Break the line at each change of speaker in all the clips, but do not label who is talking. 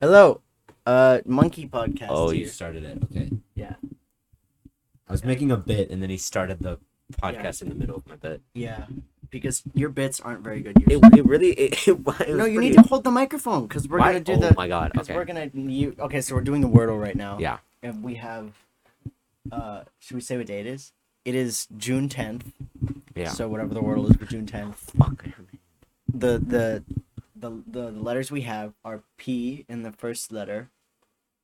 Hello, uh, Monkey Podcast.
Oh, you
here.
started it. Okay.
Yeah.
I was making a bit, and then he started the podcast in the middle of my bit.
yeah, because your bits aren't very good.
It,
usually.
it really. It, it, was
no, you
pretty-
need to hold the microphone because we're
Why-
gonna do
oh
the.
my god.
Because
Okay.
we're gonna you. Okay, so we're doing the Wordle right now.
Yeah.
And we have. Uh, should we say what day it is? It is June tenth.
Yeah.
So whatever the Wordle is for June tenth,
Fuck.
the the. The, the letters we have are P in the first letter.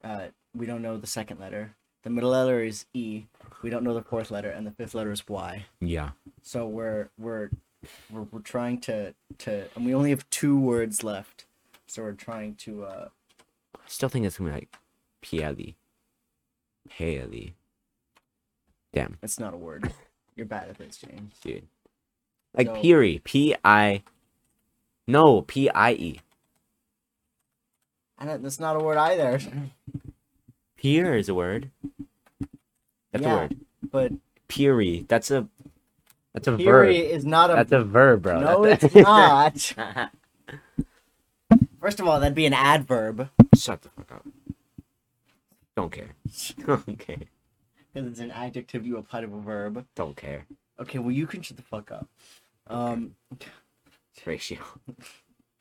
Uh, we don't know the second letter. The middle letter is E. We don't know the fourth letter, and the fifth letter is Y.
Yeah.
so we're we're we're, we're trying to to and we only have two words left so we're trying to uh
I still think it's gonna be like
E.
Pieli. Paley. Damn,
it's not a word you're bad at this james
dude. Like
So-
Piri. P I. No, P I E.
and that's not a word either
Pier is a word. That's
Yeah.
a word.
but
Piri. That's a. That's a
fury
verb.
is not a
That's a verb, bro.
no
That's a-
it's not first of all that'd be an adverb
Shut the fuck up. Don't care. Don't care.
because it's an adjective you apply to a verb
Don't care.
okay well you can shut the fuck up um
Ratio.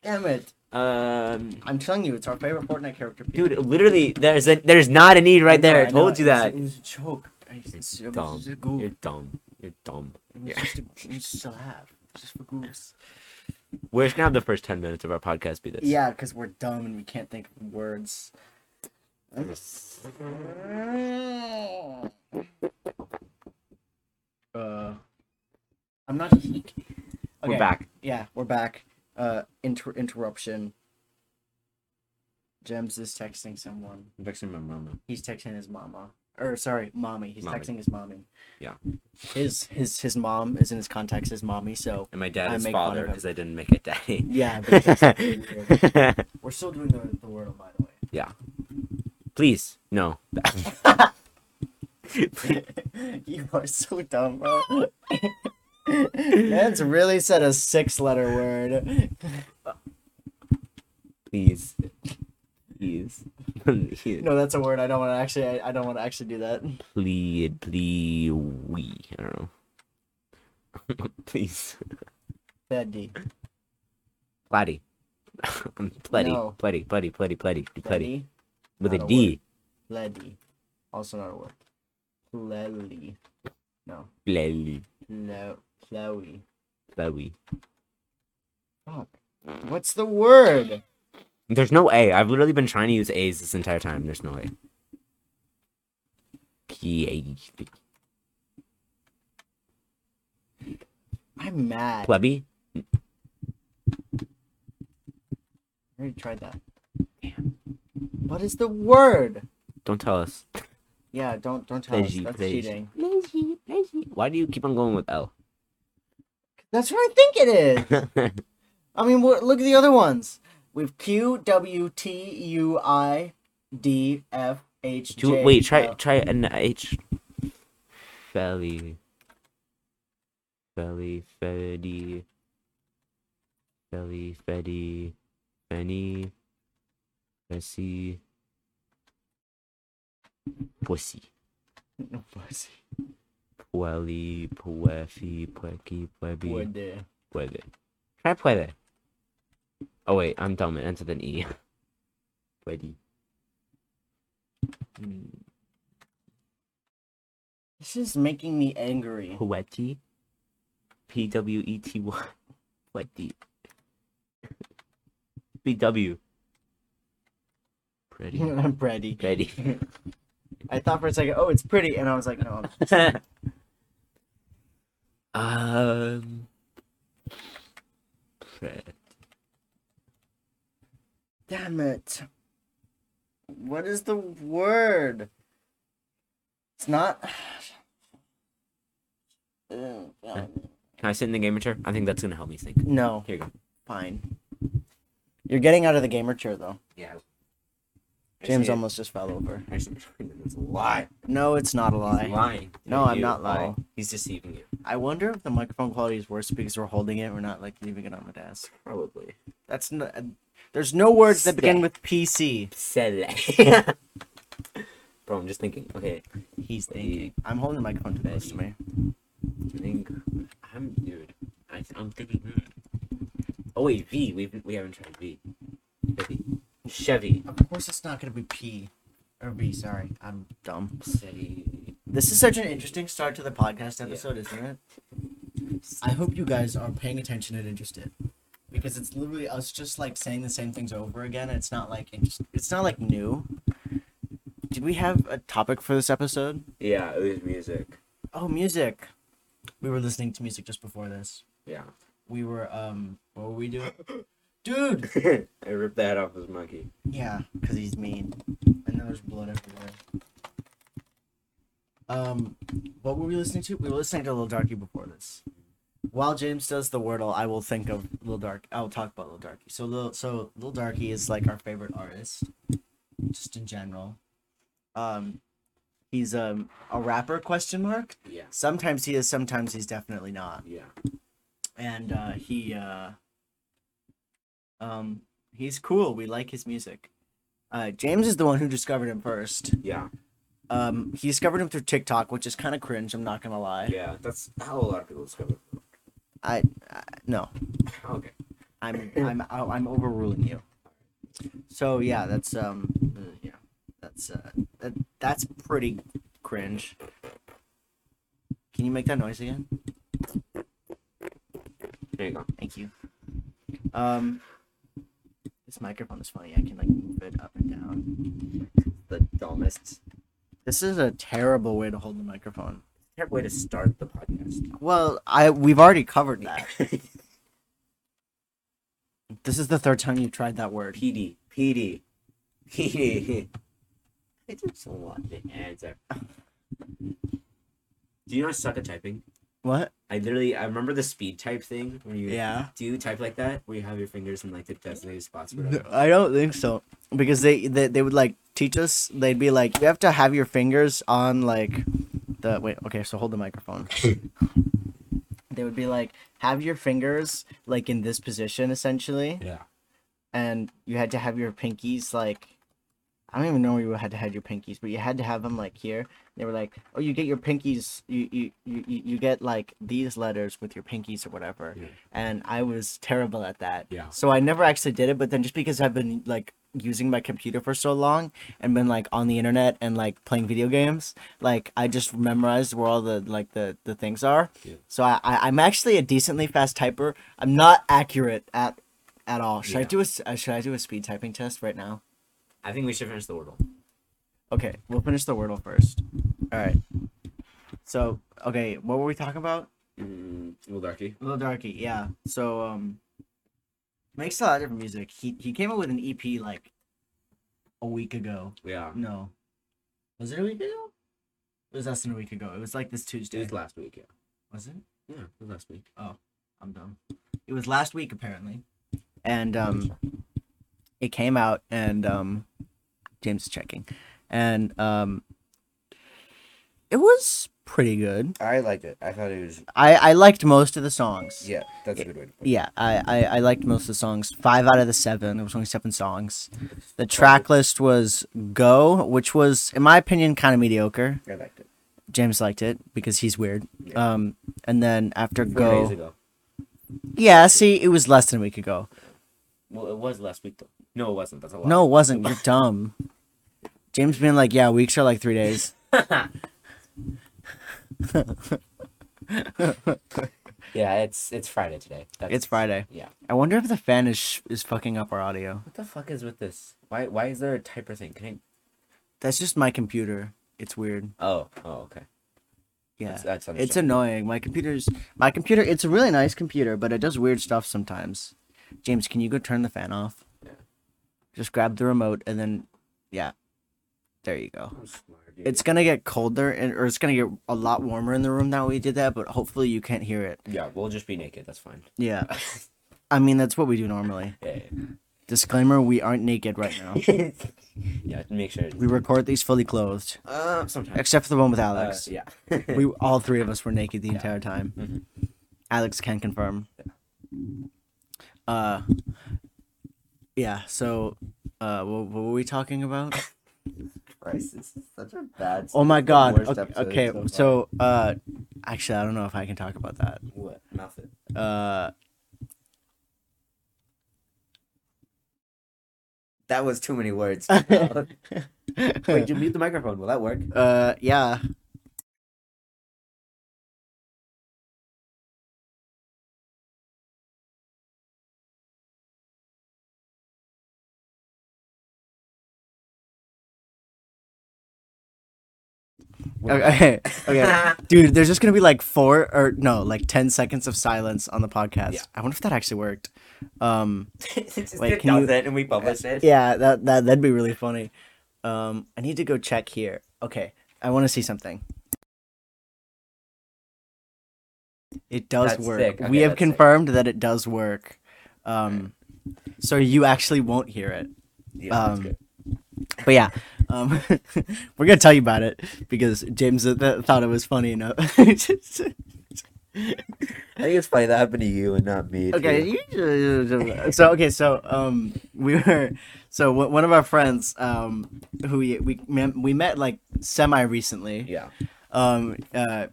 damn it
Um,
i'm telling you it's our favorite fortnite character
dude, literally, there's a, there's not a need right there. I told you that.
it was a joke I- it's- it was
dumb.
just a goof.
You're dumb. You're dumb.
It was
Yeah.
just, a, it was just a laugh, just for goofs.
We're just gonna have the first ten minutes of our podcast be this.
Yeah, because we're dumb and we can't think of words. Uh, I'm not. Okay.
We're back.
Yeah, we're back. Uh, inter- interruption. James is texting someone.
I'm fixing my mama.
He's texting his mama. Or sorry, mommy. He's
Mommy.
texting his mommy.
Yeah.
His his his mom is in his contacts as mommy. So
And my dad
I
is
make fun
father
of him.
because I didn't make it daddy.
yeah. but that's weird. We're still doing the, the word by the way.
Please, no.
you are so dumb, bro. That's really said a six letter word.
Please. Please. Please.
No, that's a word I don't want to actually. I, I don't want to actually do that.
Plead, plead, we. I don't know. Please.
Bad D.
Platy. Plenty,
No.
plenty, plenty, plenty, plenty,
Bad
plenty.
D.
With a
Not a
D.
Lady. Also not a word. Lely. No.
Plenty,
No. Chloe.
plenty.
Fuck. What's the word?
There's no A. I've literally been trying to use A's this entire time. There's no A. P A
I'm mad. I
plebby.
already tried that. What is the word?
Don't tell us.
Yeah, don't don't tell us.
Pledgy,
That's
pledgy.
cheating.
Pledgy, pledgy. Why do you keep on going with L?
That's what I think it is.
That's
I mean, wha- look at the other ones. We've Q W T U I D F H
Two,
J.
wait, try
L.
try an H. Felly. Felly, Feddy. Felly, Feddy. Fenny. Fessy. Pussy.
No, pussy.
Pueli, Puefi, Pueki, Puebi,
Would, uh,
Puede. Try Puede. Oh, wait, I'm dumb. It ends with an E. Puedi.
Hmm.
Mm,
This is making me angry.
Pueti. P W E T Y. Pueti. P W. Pretty.
I'm pretty.
Pretty.
I thought for a second, oh, it's pretty, and I was like, no.
um. Pre-
Damn it. What is the word? It's not. Uh,
Can I sit in the gamer chair? I think that's gonna help me think.
no,
Here you go.
fine. You're getting out of the gamer chair though.
Yeah.
James almost just fell over.
It's a lie.
No, it's not a
He's
lie.
lying.
No,
to
I'm
you.
not lying.
Oh, he's deceiving you.
I wonder if the microphone quality is worse because we're holding it. We're not like leaving it on the desk.
Probably.
That's not. There's no words that begin
Sick.
with PC.
Sele. Bro, I'm just thinking. Okay,
He's thinking. I'm holding the microphone too close to me.
I think I'm dude. I, I'm thinking. hmm. Oh wait, V. We we haven't tried V. Chevy. Chevy.
Of course, it's not gonna be P or B. Sorry, I'm dumb.
Chevy.
This is such an interesting start to the podcast episode, isn't it? I hope you guys are paying attention and interested, because it's literally us just like saying the same things over again. And it's not like interest- it's not like new. Did we have a topic for this episode?
Yeah, it was music.
Oh, music. We were listening to music just before this.
Yeah.
We were um, what were we doing? Dude.
I ripped the head off his monkey.
Yeah, because he's mean. And there's blood everywhere. Um, what were we listening to? We were listening to Lil Darky before this. While James does the wordle, I will think of Lil Dark. I'll talk about Lil Darky. So Lil, so Lil Darky is like our favorite artist, just in general. Um, he's um a rapper? Question mark.
Yeah.
Sometimes he is. Sometimes he's definitely not
Yeah.
and uh, he uh, um, he's cool. We like his music. Uh, James is the one who discovered him first.
Yeah.
Um, he discovered him through TikTok, which is kind of cringe. I'm not gonna lie.
Yeah. That's how a lot of people discover.
I, I no,
Okay.
I'm I'm I'm overruling you. So yeah, that's um uh, yeah, that's uh that, that's pretty cringe. Can you make that noise again?
There you go.
Thank you. Um, this microphone is funny. I can like move it up and down.
The dumbest
This is a terrible way to hold the microphone.
terrible way to start the podcast.
Well, I we've already covered that. This is the third time you've tried that word.
PD. PD. PD. I just want the answer. Do you know I suck at typing?
What?
I literally I remember the speed type thing where you
Yeah.
do you type like that where you have your fingers in like the designated spots. or
No,
whatever?
I don't think so because they, they they would like teach us. They'd be like, you have to have your fingers on like the wait. Okay, so hold the microphone. they would be like, have your fingers like in this position essentially.
Yeah.
and you had to have your pinkies like I don't even know where you had to have your pinkies, but you had to have them like here. They were like, "Oh, you get your pinkies, you you you, you you get like these letters with your pinkies or whatever."
Yeah.
And I was terrible at that.
Yeah.
So I never actually did it. But then just because I've been like using my computer for so long and been like on the internet and like playing video games, like I just memorized where all the like the the things are.
Yeah.
So I, I I'm actually a decently fast typer. I'm not accurate at at all. Should I
Yeah.
do a s- uh, should I do a speed typing test right now?
I think we should finish the wordle.
Okay, we'll finish the wordle first. All right. So okay, what were we talking about?
Mm, little darky.
Little Darky, yeah. So um, makes a lot of different music. He he came out with an EP like a week ago.
Yeah.
No, was it a week ago? It was less than a week ago. It was like this
It
Tuesday.
was last week. Yeah.
was it?
Yeah. It was last week.
I'm dumb. It was last week apparently, and um, it came out and um, James is checking, and um, it was pretty good.
I liked it. I thought it was
I I liked most of the songs.
yeah. That's a good way. To put it.
Yeah, I, I, I liked most of the songs. Five out of the seven. There was only seven songs. The track list was Go, which was, in my opinion, kind of mediocre.
I liked it.
James liked it because he's weird.
Yeah.
Um, and then after
Four
Go,
days ago.
yeah, see, it was less than a week ago.
Well, it was last week though. No, it wasn't. That's a lie.
No, it wasn't. You're dumb. James being like, yeah, weeks are like three days.
Yeah, it's it's Friday today. That's,
It's Friday.
Yeah.
I wonder if the fan is is fucking up our audio.
What the fuck is with this? Why why is there a typer thing? Can
That's just my computer. It's weird.
I? Oh oh okay.
Yeah.
That's, that's
It's
understandable.
annoying. My computer's my computer. It's a really nice computer, but it does weird stuff sometimes. James, can you go turn the fan off?
Yeah.
Just grab the remote and then, yeah, there you go.
I'm smart, dude.
It's gonna get colder and or it's gonna get a lot warmer in the room now we did that, but hopefully you can't hear it.
yeah. We'll just be naked. That's fine.
Yeah, I mean that's what we do normally.
Yeah.
Disclaimer: We aren't naked right now.
Yeah. yeah make sure.
we record these fully clothed,
Uh, sometimes.
except for the one with
Uh,
Alex.
yeah.
we all three of us were naked the entire time.
Mhm.
Alex can confirm. Uh, yeah. So, uh, what, what were we talking about?
Christ, this is such a bad.
Oh my
the
god.
worst
Okay,
episode
okay,
far.
so uh actually I don't know if I can talk about that.
what? Nothing.
Uh
That was too many words. Wait,
Wait,
you mute the microphone. Will that work?
uh yeah. Okay. Okay. Dude, there's just going to be like 4 or no, like 10 seconds of silence on the podcast.
Yeah.
I wonder if that actually worked. Um
Just
Wait,
get
can you-
does it and we publish it.
Yeah, that that that'd be really funny. Um, I need to go check here. Okay, I want to see something. It does
That's
work.
sick.
we
Okay,
have
that's sick.
confirmed that it does work. Um, so you actually won't hear it.
Yeah, that's
um,
good.
But yeah, um, we're gonna tell you about it because James th- th- thought it was funny enough.
I think it's funny that happened to you and not me.
okay
too.
you- uh, so okay so um we were so w- one of our friends um who we we, mem- we met like semi recently
Yeah.
um uh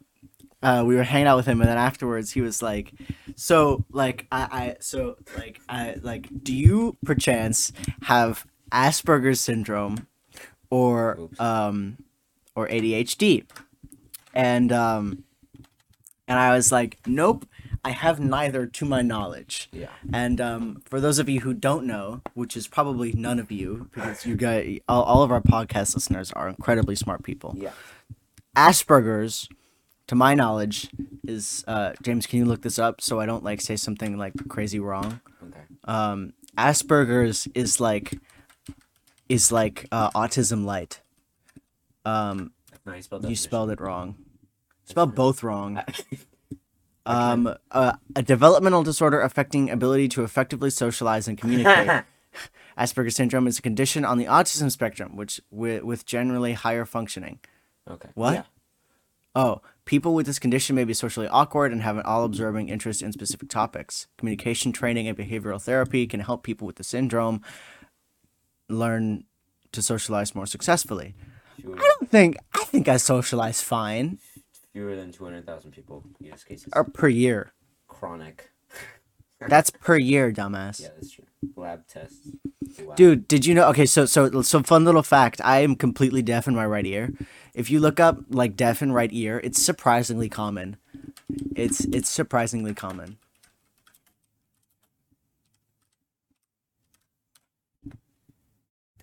uh, we were hanging out with him, and then afterwards he was like, "So, like, I, I, so, like, I, like, do you perchance have Asperger's syndrome, or,
Oops.
um, or ADHD?" And um, and I was like, "Nope, I have neither, to my knowledge."
Yeah.
And um, for those of you who don't know, which is probably none of you, because you guys, all, all of our podcast listeners are incredibly smart people.
Yeah.
Asperger's, to my knowledge, is uh, James. Can you look this up so I don't like say something like crazy wrong?
Okay.
Um, Asperger's is like is like uh, autism light. Um,
No, you spelled
you
definition.
spelled it wrong. Spelled
fine.
both wrong. Um, uh, a developmental disorder affecting ability to effectively socialize and communicate. Asperger's syndrome is a condition on the autism spectrum, which with, with generally higher functioning.
Okay.
What?
Yeah.
Oh, people with this condition may be socially awkward and have an all absorbing interest in specific topics. Communication training and behavioral therapy can help people with the syndrome learn to socialize more successfully.
Fewer,
I don't think I think I socialize fine
fewer than 200,000 people use cases.
or per year.
Chronic.
That's per year, dumbass.
Yeah, that's true. Lab tests. Wow.
Dude, did you know? Okay, so so so fun little fact. I am completely deaf in my right ear. If you look up like deaf in right ear, it's surprisingly common. It's it's surprisingly common.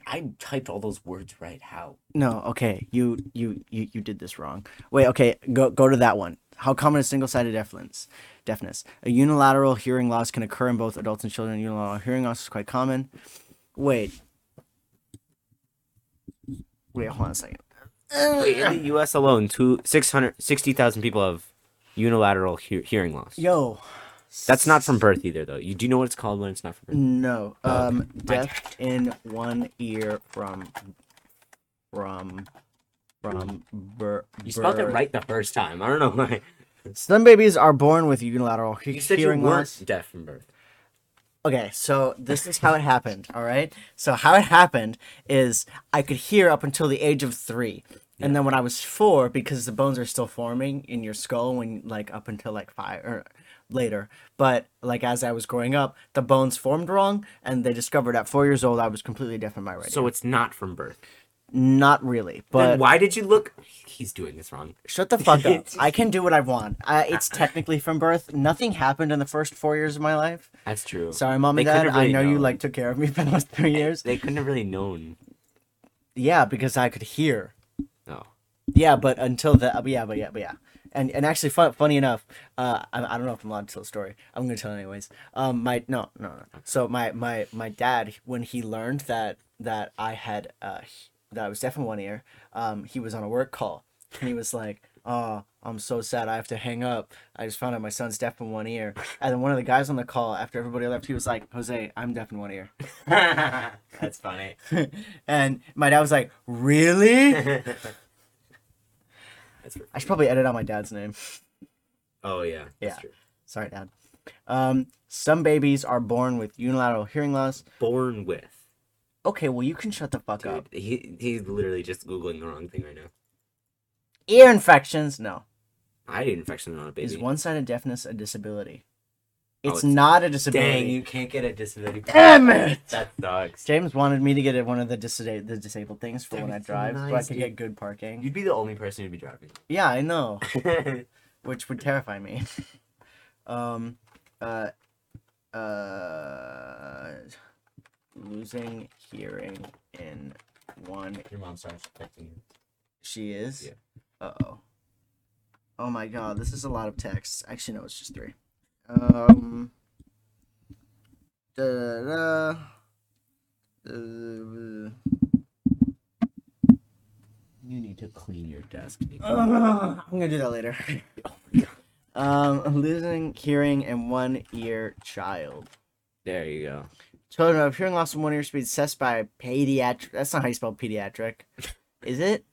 I typed all those words right. How?
No, okay, you you you you did this wrong. Wait, okay, go go to that one. How common is single-sided deafness? Deafness. A unilateral hearing loss can occur in both adults and children. Unilateral hearing loss is quite common. Wait. Wait, hold on a second.
In the U.S. alone, two six hundred sixty thousand people have unilateral hear- hearing loss.
Yo,
That's not from birth either, though. You do know what it's called when it's not from birth.
no.
Oh,
Um, deaf in one ear from from from bir-
You spelled it
birth.
right the first time. I don't know why.
Some babies are born with unilateral he-
You said you
hearing
weren't
loss.
deaf from birth.
Okay, so this is how it happened, all right? So, how it happened is I could hear up until the age of three. And then when I was four, because the bones are still forming in your skull when, like, up until like five or later. But, like, as I was growing up, the bones formed wrong. And they discovered at four years old, I was completely deaf in my right. So,
So it's not from birth.
not really. But
then why did you look? He's doing this wrong.
shut the fuck up. I can do what I want. I, it's technically from birth. Nothing happened in the first four years of my life.
That's true.
Sorry, mom
They
and dad.
could've
I
really
know you,
known.
like, took care of me for the last three years.
They couldn't have really known.
Yeah, because I could hear.
No.
Yeah, but until the uh, yeah, but yeah, but yeah, and and actually, fun, funny enough, uh, I, I don't know if I'm allowed to tell the story. I'm gonna tell it anyways. Um, my no, no, no. So my my my dad, when he learned that that I had uh he- that I was deaf in one ear, um, he was on a work call and he was like, "Oh, I'm so sad. I have to hang up. I just found out my son's deaf in one ear." And then one of the guys on the call, after everybody left, he was like, "Jose, I'm deaf in one ear."
That's funny.
and my dad was like, "Really?"
That's true.
I should probably edit out my dad's name.
Oh yeah.
Yeah.
That's true.
Sorry, Dad. Um, some babies are born with unilateral hearing loss.
Born with.
Okay, well you can shut the fuck
Dude,
up.
he he's literally just googling the wrong thing right now.
Ear infections, no.
I did infection on a baby.
Is one-sided deafness a disability?
Oh,
It's,
it's-
not a
Dang,
disability.
you can't get a disability.
Damn it!
That sucks.
James wanted me to get it one of the disa- the disabled things for when I
That's
drive, so I
nice,
could
dude.
get good parking.
You'd be the only person who'd be driving.
Yeah, I know, which would terrify me. um, uh, uh, losing hearing in one.
Your mom starts texting you.
She is.
Yeah.
Uh oh. Oh my god, this is a lot of texts. Actually, no, it's just three. Um. Da da da.
You need to clean your desk.
Ugh, I'm gonna do that later. um, losing hearing in one ear child.
There you go.
Children of hearing loss in one ear should be assessed by a pediatric. That's not how you spell pediatric, is it?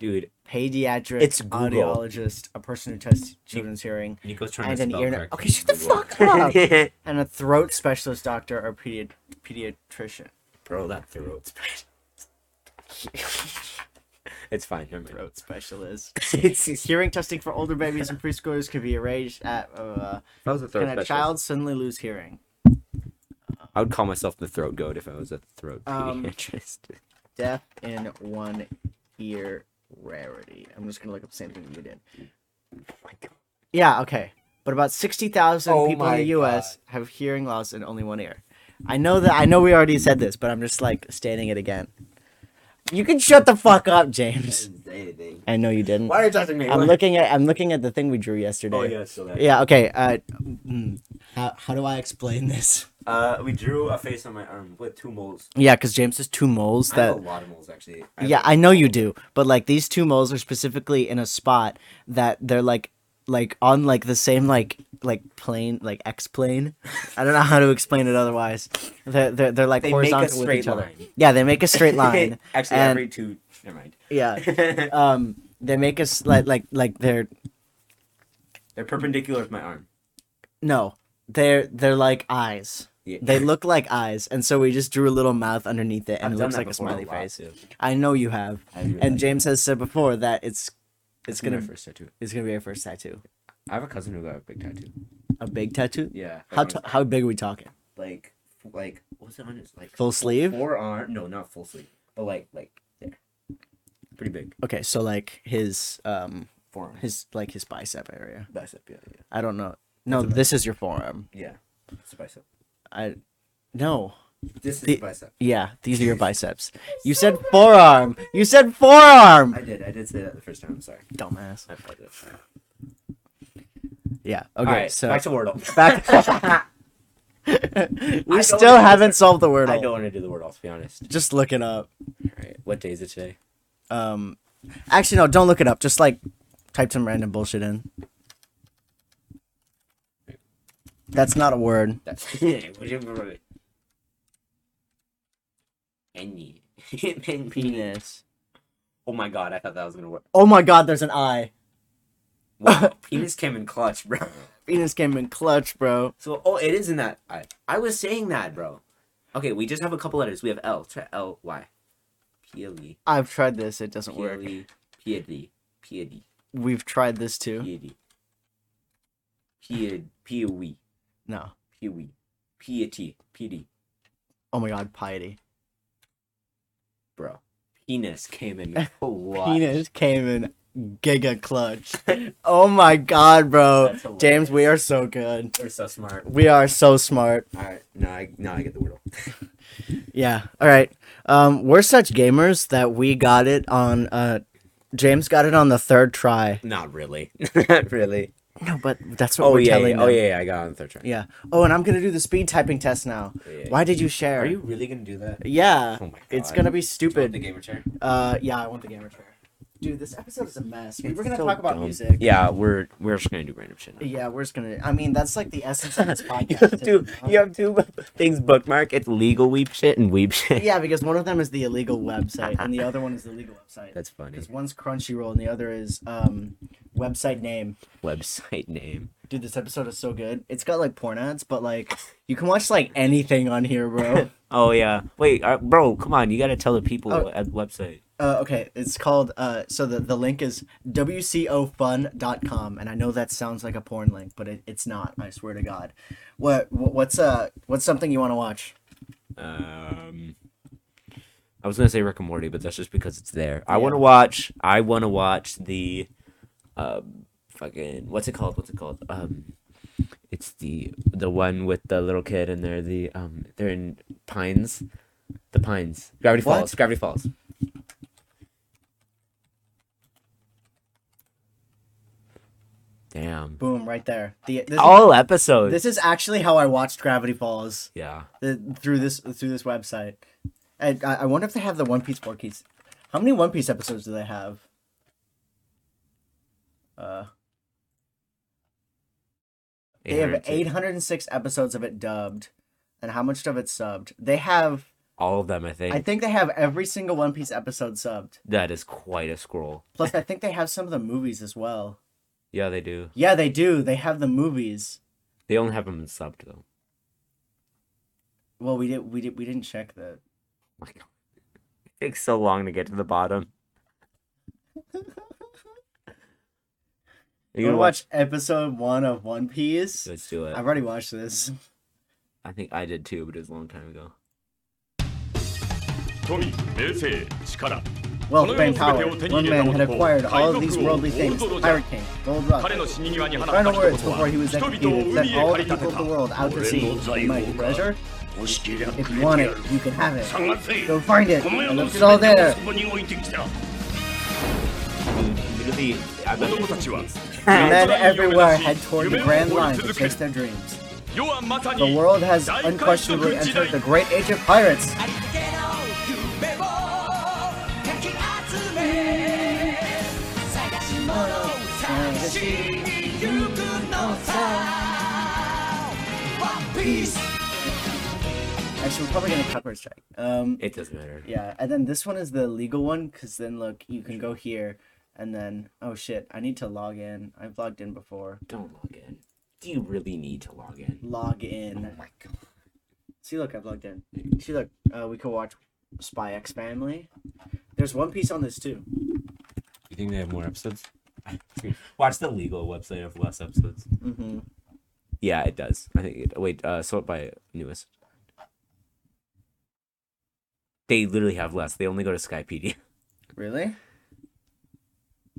Dude,
Pediatric
It's Google.
audiologist, a person who tests children's hearing,
Nico's trying
and
to
an
spell
ear.
correctly.
okay, shut the fuck up. and a throat specialist doctor or pedi- pediatrician.
Bro, that throat. it's fine. Never mind.
Throat specialist.
it's, it's,
Hearing testing for older babies and preschoolers could be arranged at. Uh,
I was a throat
can a child suddenly lose hearing?
I would call myself the throat goat if I was a throat
Um,
pediatrist.
deaf in one ear rarity. I'm just gonna look up the same thing you did. Yeah, okay. But about sixty thousand
Oh
people in the
my
U.S. have hearing loss in only one ear. I know that. I know we already said this, but I'm just like stating it again. You can shut the fuck up, James. I know you didn't.
Why are you talking to me?
I'm looking at. I'm looking at the thing we drew yesterday.
Oh yeah, so that.
Yeah. Okay. Uh, mm, how how do I explain this?
Uh, we drew a face on my arm with two moles.
Yeah, because James has two moles
I
that
have a lot of moles actually. I have
Yeah, I know you do, but like these two moles are specifically in a spot that they're like like on like the same like like plane like X plane. I don't know how to explain it otherwise. They're they're, they're like
They make a
horizontal with
straight
each other.
line.
Yeah, they make a straight line.
Actually,
and-
every two. Never mind.
yeah, um, they make us like like like they're
They're perpendicular to my arm.
no they're they're like eyes.
Yeah.
They look like eyes, and so we just drew a little mouth underneath it, and
I've
it
done
looks
that
like a
before
smiley
lot,
face.
too.
I know you have,
I really
and
like
James has said before that it's it's
it. My
gonna
first tattoo.
it's gonna be our first tattoo.
I have a cousin who got a big tattoo.
A big tattoo?
Yeah.
How
like
t-
on his-
how big are we talking?
like like what's it on his like
Full sleeve?
forearm? No, not full sleeve, but like like there. Pretty big
Okay, so like his um
forearm.
his like his bicep area.
bicep. Yeah, yeah,
I don't know. No, this is your forearm.
yeah. It's a bicep.
I no.
This is
The-
the, bicep.
Yeah, these are your biceps. You said forearm. You said forearm.
I did. I did say that the first time. I'm sorry.
Dumbass.
I apologize.
Yeah.
All
Okay.
right,
so
back to Wordle.
back. we
don't
still
know.
haven't solved the word.
I don't want to do the word off, to be honest.
Just look it up.
All right. What day is it today?
Um, actually, no. Don't look it up. Just like type some random bullshit in. That's not a word.
That's whatever. Any.
Penis.
Oh my god, I thought that was gonna work.
Oh my god, there's an eye.
Wow, penis came in clutch, bro.
Venus came in clutch, bro.
So, oh, it is in that. I, I was saying that, bro. Okay, we just have a couple letters. We have L. Try L Y. E. Peely.
I've tried this, it doesn't work.
Peely. Peely. Peely.
We've tried this too.
Peely. Peely. Peely.
No.
Peely. Piety. Piety.
Oh my god, piety.
Bro. Penis came in clutch.
Penis came in giga clutch. oh my god, bro.
That's hilarious.
James, we are so good.
We're so smart.
We are so smart.
All right. Now I, now I get the wordle.
Yeah. All right. Um, we're such gamers that we got it on. Uh, James got it on the third try.
Not really. Not really.
No, but that's what
Oh
we're
yeah,
telling
yeah. Oh
them.
yeah, yeah. I got it on the third try.
Yeah. Oh, and I'm gonna do the speed typing test now.
Yeah.
Why did you share?
Are you really gonna do that?
Yeah.
Oh my
It's
God.
gonna be
The
stupid.
gamer chair.
Uh, yeah, I want the gamer chair. Dude, this episode is a mess. We were gonna
So
talk about
dumb.
music.
Yeah, we're we're just gonna do random shit. now.
Yeah, we're just gonna. I mean, that's like the essence of this
you
podcast.
have two. You have two things bookmarked. It's legal weep shit and weep shit.
Yeah, because one of them is the illegal website, and the other one is the legal website.
That's funny.
Because one's Crunchyroll, and the other is um, Website name.
Website name.
Dude, this episode is so good. It's got like porn ads, but like you can watch like anything on here, bro.
Oh yeah. Wait, uh, bro, come on. You gotta tell the people
Oh.
at the website.
Uh, okay, it's called. Uh, so the, the link is wcofun.com, and I know that sounds like a porn link, but it, it's not. I swear to God. What what- what's uh what's something you want to watch?
Um, I was gonna say Rick and Morty, but that's just because it's there. I
Yeah.
want to watch. I want to watch the, um, fucking what's it called? What's it called? Um, it's the the one with the little kid and they're the um they're in Pines, the Pines. Gravity
What?
Falls. Gravity Falls. Damn.
Boom, right there. The this,
All episodes.
this is actually how I watched Gravity Falls
yeah.
the, through this through this website. And I, I wonder if they have the One Piece four keys. How many One Piece episodes do they have? Uh, They have
800.
806 episodes of it dubbed. And how much of it subbed? They have,
All of them, I think.
I think they have every single One Piece episode subbed.
That is quite a scroll.
Plus, I think they have some of the movies as well.
Yeah, they do.
Yeah, they do. They have the movies.
They only have them in subbed though.
Well, we did. We did. We didn't check that.
My God. It takes so long to get to the bottom. Are
You want to
gonna
watch episode one of One Piece?
Let's do it.
I've already watched this.
I think I did too, but it was a long time ago.
富名声力
Wealth and
この世の全てを
power.
手
One man had acquired all of
に入れた男海賊王
these worldly things:
大泥じゃ
pirate king, gold rock,
彼の死に際に放
The
った
final
一言
words before he
は
was
人々を
executed
海
sent
へ
all the
駆り立
people
て
of
た
the world out to
俺
sea
の
for
財
mighty
宝
treasure.
が押し切りゃくれ
If
て
you
や
want
る
it, you can have it.
探せ
Go find it.
この世
And
の
look,
す
it's all
べて
there.
をそこに置いてきた
Literally, I
子供たちは
And men
なんとなく
everywhere
夢を
head toward the
夢を
grand
追い
line
続
to
け
chase their dreams.
世はまさ
The
に
world has
大海賊
unquestionably
時
entered
代
the great age of pirates.
ありつけの夢をかき集め探し物を探し行くのさ One Piece
Actually, we're probably gonna cover strike. Um,
It doesn't matter.
yeah, and then this one is the legal one because then look, you can go here, and then oh shit, I need to log in. I've logged in before.
Don't log in. Do you really need to log in?
Log in.
Oh my god.
See, look, I've logged in. See, look, uh, we could watch Spy X Family. There's One Piece on this too.
You think they have more episodes? watch the legal website of less episodes.
Mm-hmm.
Yeah, it does. I think. It, wait, uh, sort by newest. They literally have less. They only go to Skypedia.
Really?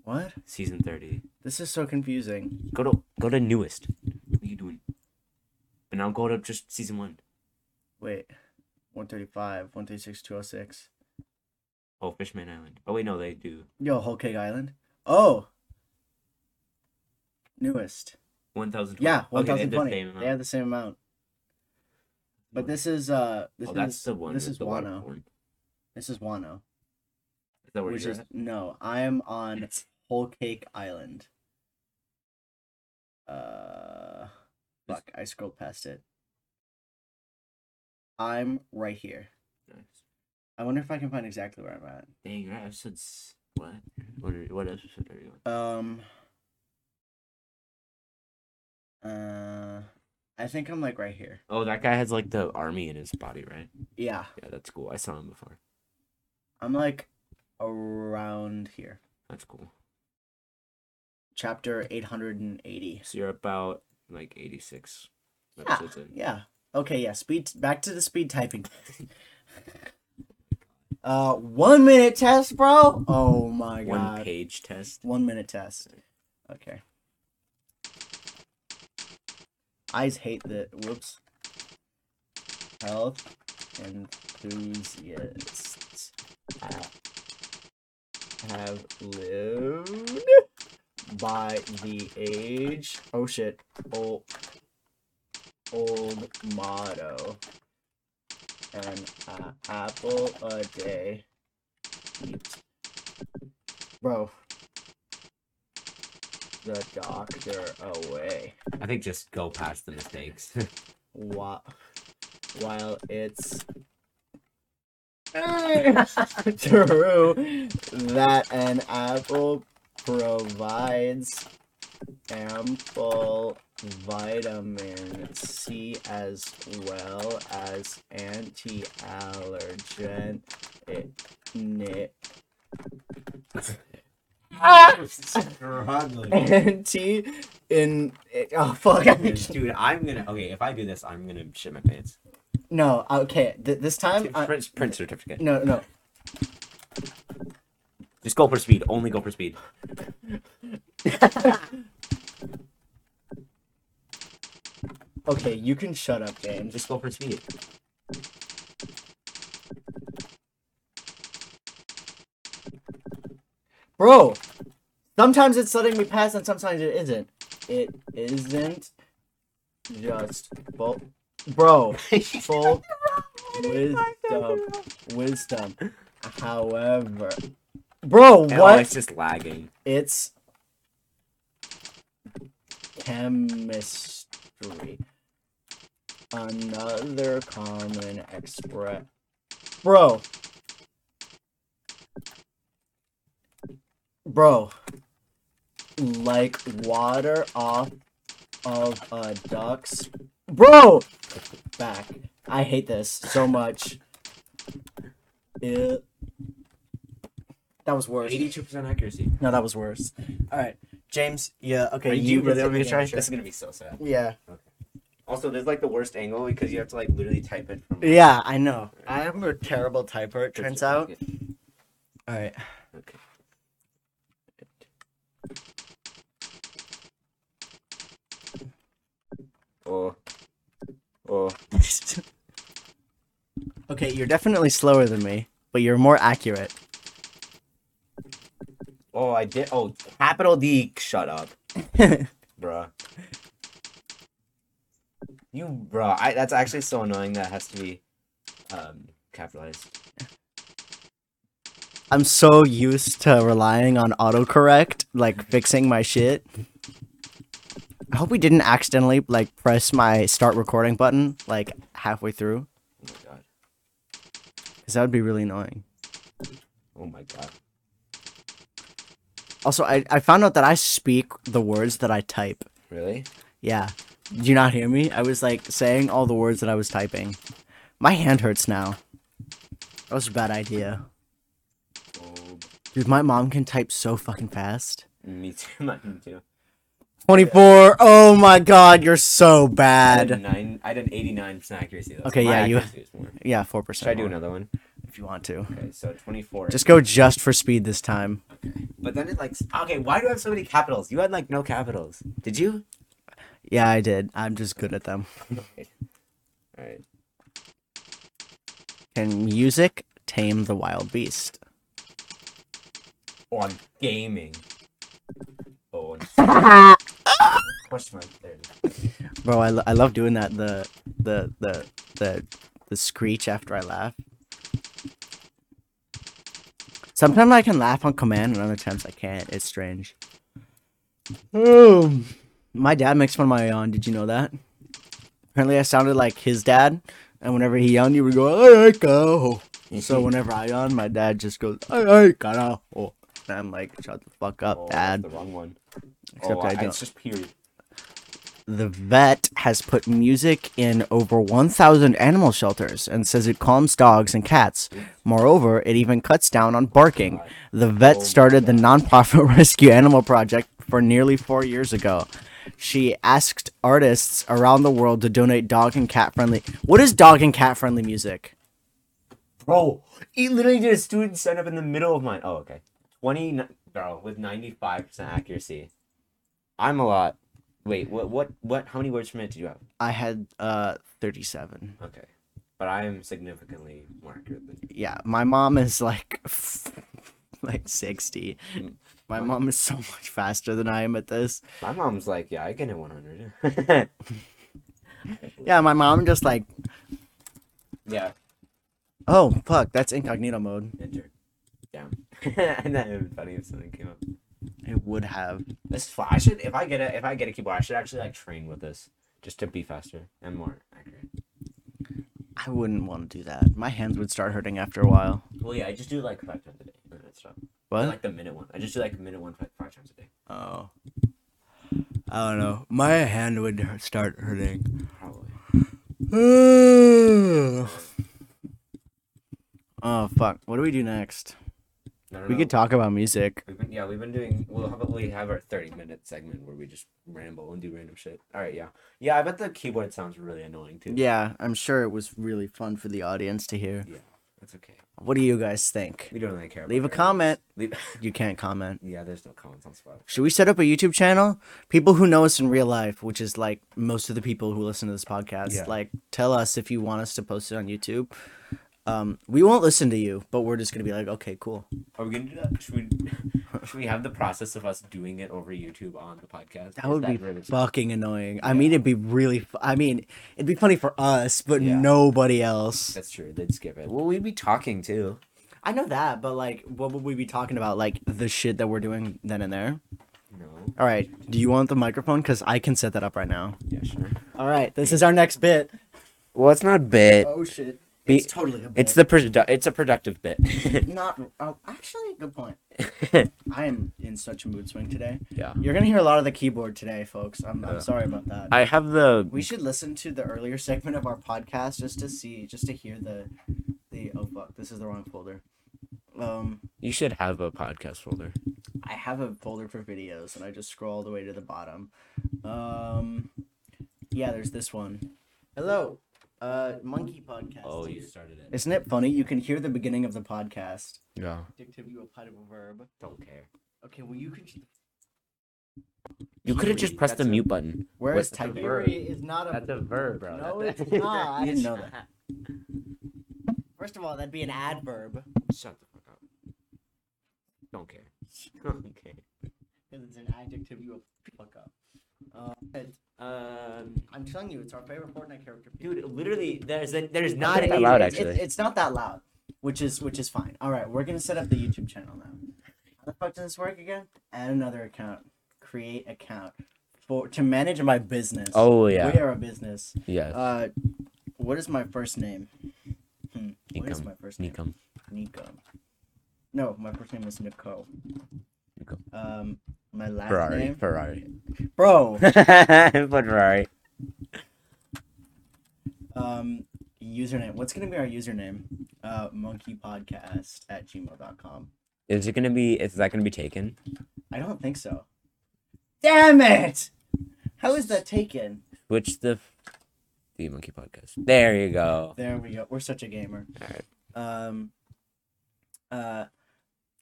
What?
Season thirty.
This is so confusing.
Go to go to newest. What are you doing? And I'll go to just season one.
Wait. 135, 136, 206.
Oh, Fishman Island. Oh wait, no, they do
Yo, Whole Cake Island. Oh! Newest.
one thousand.
Yeah,
Okay,
1020.
they
they, have
have the same amount.
the same amount. But this is, uh, this
oh,
is,
that's the one.
This
with
is
the
Wano.
waterborne.
This is Wano.
Is that where
Which
you're
is,
at?
no, I am on
It's-
Whole Cake Island. Uh, fuck, I scrolled past it. I'm right here.
nice.
I wonder if I can find exactly where I'm at.
Dang, your episodes. What? What? Are, what episode are you on?
Um. Uh, I think I'm like right here.
Oh, that guy has like the army in his body, right?
Yeah,
Yeah, that's cool. I saw him before.
I'm like around here.
That's cool.
Chapter 880.
So you're about like 86
Yeah,
episodes in.
yeah. Okay, yeah. Speed back to the speed typing. uh, one minute test, bro. Oh my
One
god.
page test.
One minute test. Okay. Eyes hate the whoops. Health enthusiasts have lived by the age. Oh shit. Old old motto. An uh, apple a day. keeps- Bro, the doctor away.
I think just go past the mistakes.
Wha- while it's true that an apple provides ample vitamin C as well as anti-allergenic
Struggling.
anti in oh fuck I think-
Dude, I'm gonna. Okay, if I do this, I'm gonna shit my pants.
no okay th- this time I,
Print, print certificate.
no no
Just go for speed. Only go for speed.
okay you can shut up James
Just go for speed.
Bro, sometimes it's letting me pass and sometimes it isn't. It isn't just full. Bro, full wisdom. Wisdom. However, bro,
Oh,
what?
it's just lagging.
It's chemistry. Another common express. Bro. Bro. Like water off of a duck's. Bro! Back. I hate this so much. Ew. That was worse.
Eighty-two percent accuracy.
No, that was worse. All right, James. Yeah. Okay.
Are
you
you really
did
want me
it
to
again,
try?
sure.
This is gonna be so sad.
Yeah.
Also, there's like the worst angle because you have to like literally type it from.
Yeah, I know. I am a terrible typer. It turns out. All right.
Okay. Oh. Oh.
okay, you're definitely slower than me, but you're more accurate.
Oh, I did. Oh, capital D. Shut up, bruh. You, bruh. I. That's actually so annoying. That has to be, um, capitalized.
I'm so used to relying on autocorrect, like fixing my shit. I hope we didn't accidentally like press my start recording button like halfway through,
Oh my god.
because that would be really annoying.
Oh my god.
Also, I, I found out that I speak the words that I type.
Really?
Yeah. Did you not hear me? I was like saying all the words that I was typing. My hand hurts now. That was a bad idea.
Oh,
Dude, my mom can type so fucking fast.
me too. Mine too.
24. Oh my god, you're so
I had
bad.
nine. I did eighty-nine percent accuracy. Though, so
Okay,
my
yeah, you-
accuracy was more.
Yeah, 4%.
Should I do
more,
another one?
If you want to.
Okay, so twenty-four.
Just go just for speed this time.
But then it like. s- Okay, why do I have so many capitals? You had like no capitals. Did you?
Yeah, I did. I'm just good at them.
All right.
Can music tame the wild beast?
Oh, I'm gaming. Oh. Question mark. There it is.
Bro, I, lo- I love doing that. The, the, the, the, the screech after I laugh. Sometimes I can laugh on command, and other times I can't. It's strange.
Hmm.
Um, my dad makes fun of my yawn. Did you know that? Apparently, I sounded like his dad, and whenever he yawned, he would go, "All right, go." so whenever I yawn, my dad just goes, "All right, go." And I'm like, "Shut the fuck up,
Oh, that's
dad."
the wrong one.
Except
oh,
I don't.
It's just period.
The vet has put music in over 1,000 animal shelters and says it calms dogs and cats. Moreover, it even cuts down on barking. The vet started the nonprofit Rescue Animal Project for nearly four years ago. She asked artists around the world to donate dog and cat friendly. What is dog and cat friendly music?
Bro, he literally did a student send up in the middle of mine. Oh, okay. 20, bro, with 95% accuracy. I'm a lot. Wait, what, what, what, how many words per minute did you have?
I had uh 37.
Okay. But I am significantly more accurate than you.
Yeah, my mom is like like 60. My mom is so much faster than I am at this.
My mom's like, yeah, I can hit 100.
Yeah, my mom just like,
yeah.
oh fuck, that's incognito mode.
Enter. Down. and that would be funny if something came up.
It would have.
This fly, I should, if I get a, if I get a keyboard, I should actually like train with this just to be faster and more accurate.
I wouldn't want to do that. My hands would start hurting after a while.
Well, yeah, I just do like five times a day and then I stop.
What?
Like the minute one. I just do like minute one, five, five times a day.
Oh. I don't know. My hand would h- start hurting.
Probably.
oh fuck! What do we do next?
I don't
We
know.
could talk about music.
We've been, yeah, we've been doing. We'll probably have our thirty-minute segment where we just ramble and do random shit. All right, yeah, yeah. I bet the keyboard sounds really annoying too.
Yeah, I'm sure it was really fun for the audience to hear.
yeah, that's okay.
What do you guys think?
We don't really care. about
Leave a
your
comment.
opinions. Leave.
You can't comment.
yeah, there's no comments on Spotify.
Should we set up a YouTube channel? People who know us in real life, which is like most of the people who listen to this podcast,
Yeah.
like tell us if you want us to post it on YouTube. Um, we won't listen to you, but we're just gonna be like, okay, cool.
Are we gonna do that? Should we? should we have the process of us doing it over YouTube on the podcast?
That
Is
would be
really-
fucking annoying. I mean, it'd be really. F- I mean, it'd be funny for us, but
Yeah.
nobody else.
That's true. They'd skip it. Well, we'd be talking too.
I know that, but like, what would we be talking about? Like the shit that we're doing then and there.
No.
All right. Do you want the microphone? Because I can set that up right now.
Yeah, sure.
All right. This is our next bit.
Well, it's not bit.
Oh shit.
Be-
it's totally a bit.
It's the produ- It's a productive bit.
not. Oh, actually, good point. I am in such a mood swing today.
yeah.
You're gonna hear a lot of the keyboard today, folks. I'm, I'm
Yeah.
sorry about that.
I have the.
We should listen to the earlier segment of our podcast just to see, just to hear the, the oh fuck, this is the wrong folder. Um,
You should have a podcast folder.
I have a folder for videos, and I just scroll all the way to the bottom. Um, yeah, there's this one. Hello, uh, monkey podcast.
Oh, you started it.
Isn't it funny? You can hear the beginning of the podcast.
Yeah.
Dictive you a verb.
Don't care.
Okay, well you can.
You could have just
Kiwi,
pressed the
that's a-
mute button.
Where
What's
is
the
type?
verb?
is not a.
a verb, bro.
No, it's not. I didn't know that. First of all, that'd be an adverb.
Shut the fuck up. Don't care. Don't care.
Because it's an adjective you fuck up. Uh, and
Um,
I'm telling you, it's our favorite Fortnite character.
dude, literally, there's a, there's not
that
any
loud,
it's,
actually.
it's not that loud, which is which is fine. All right, we're gonna set up the YouTube channel now. How the fuck does this work again? Add another account, create account for to manage my business.
Oh
we
yeah.
are a business.
Yeah.
Uh, what is my first name? Hmm. What is
Nikum.
my first name?
Nikum.
Nico. No, my first name was Nico.
Nico.
Um, my last
Ferrari.
name,
Ferrari.
bro.
but Ferrari.
um username what's gonna be our username uh monkeypodcast at gmail.com
Is it gonna be? Is that gonna be taken?
i don't think so damn it how is that taken
Which the, the monkey podcast. There you go.
there we go we're such a gamer
Alright.
um uh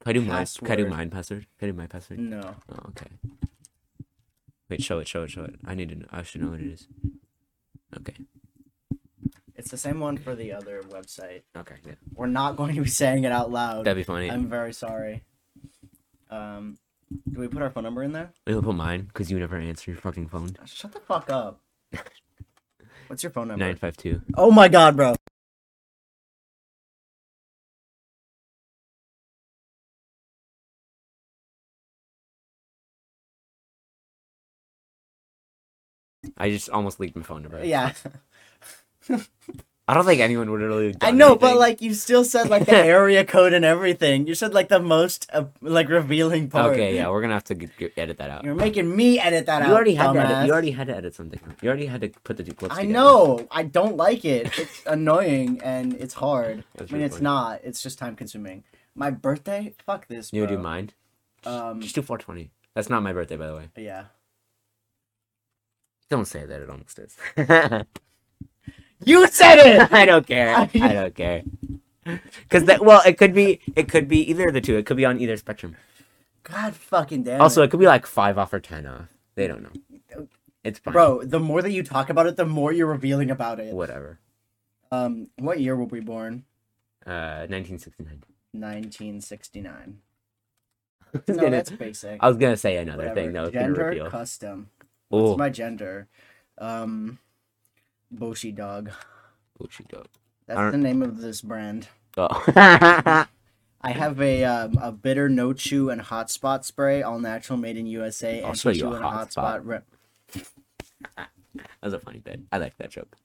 Can I do mine? Can I do
Password. Mm.
mine password? Can I do my password?
no
Oh, okay. Wait, show it, show it, show it. I need to. Know, I should know what it is. Okay.
it's the same one for the other website
Okay. Yeah.
we're not going to be saying it out loud
That'd be funny.
i'm very sorry um do we put our phone number in there
It'll put mine because you never answer your fucking phone.
shut the fuck up what's your phone number
Nine five two.
oh my god bro
I just almost leaked my phone number.
yeah
I don't think anyone would really. have
I
done
know, but
anything.
like you still said like the area code and everything. You said like the most uh, like revealing part.
Okay, yeah, we're gonna have to g- g- edit that out.
You're making me edit that out.
You already had to
dumbass.
edit. You already had to edit something. You already had to put the two clips.
I
together.
know. I don't like it. It's annoying and it's hard.
That's
I mean,
your
it's
point.
not. It's just time consuming. My birthday? Fuck this.
You would do
bro.
mine.
Uh, Um.
Just do 420. That's not my birthday, by the way.
Yeah.
Don't say that. It almost is. I
You said it.
don't care. I don't care. Because that well, it could be it could be either of the two. It could be on either spectrum.
God fucking damn.
Also,
it.
it could be like five off or ten off. They don't know. It's fine.
bro, the more that you talk about it, the more you're revealing about it.
Whatever.
Um. What year were we born?
Uh, 1969.
1969.
I was,
No,
gonna,
that's basic.
I was gonna say another
Whatever.
thing that was gonna
Gender
reveal.
custom.
Oh,
It's my gender. Um, Boshi Dog.
oh, she dope.
That's
Aren't-
the name of this brand.
Oh.
I have a um, a bitter no chew and hot spot spray, all natural, made in USA.
I'll show you
anti-chew
a
and
hot
hot
spot.
spot rep-
That was a funny bit. I like that joke.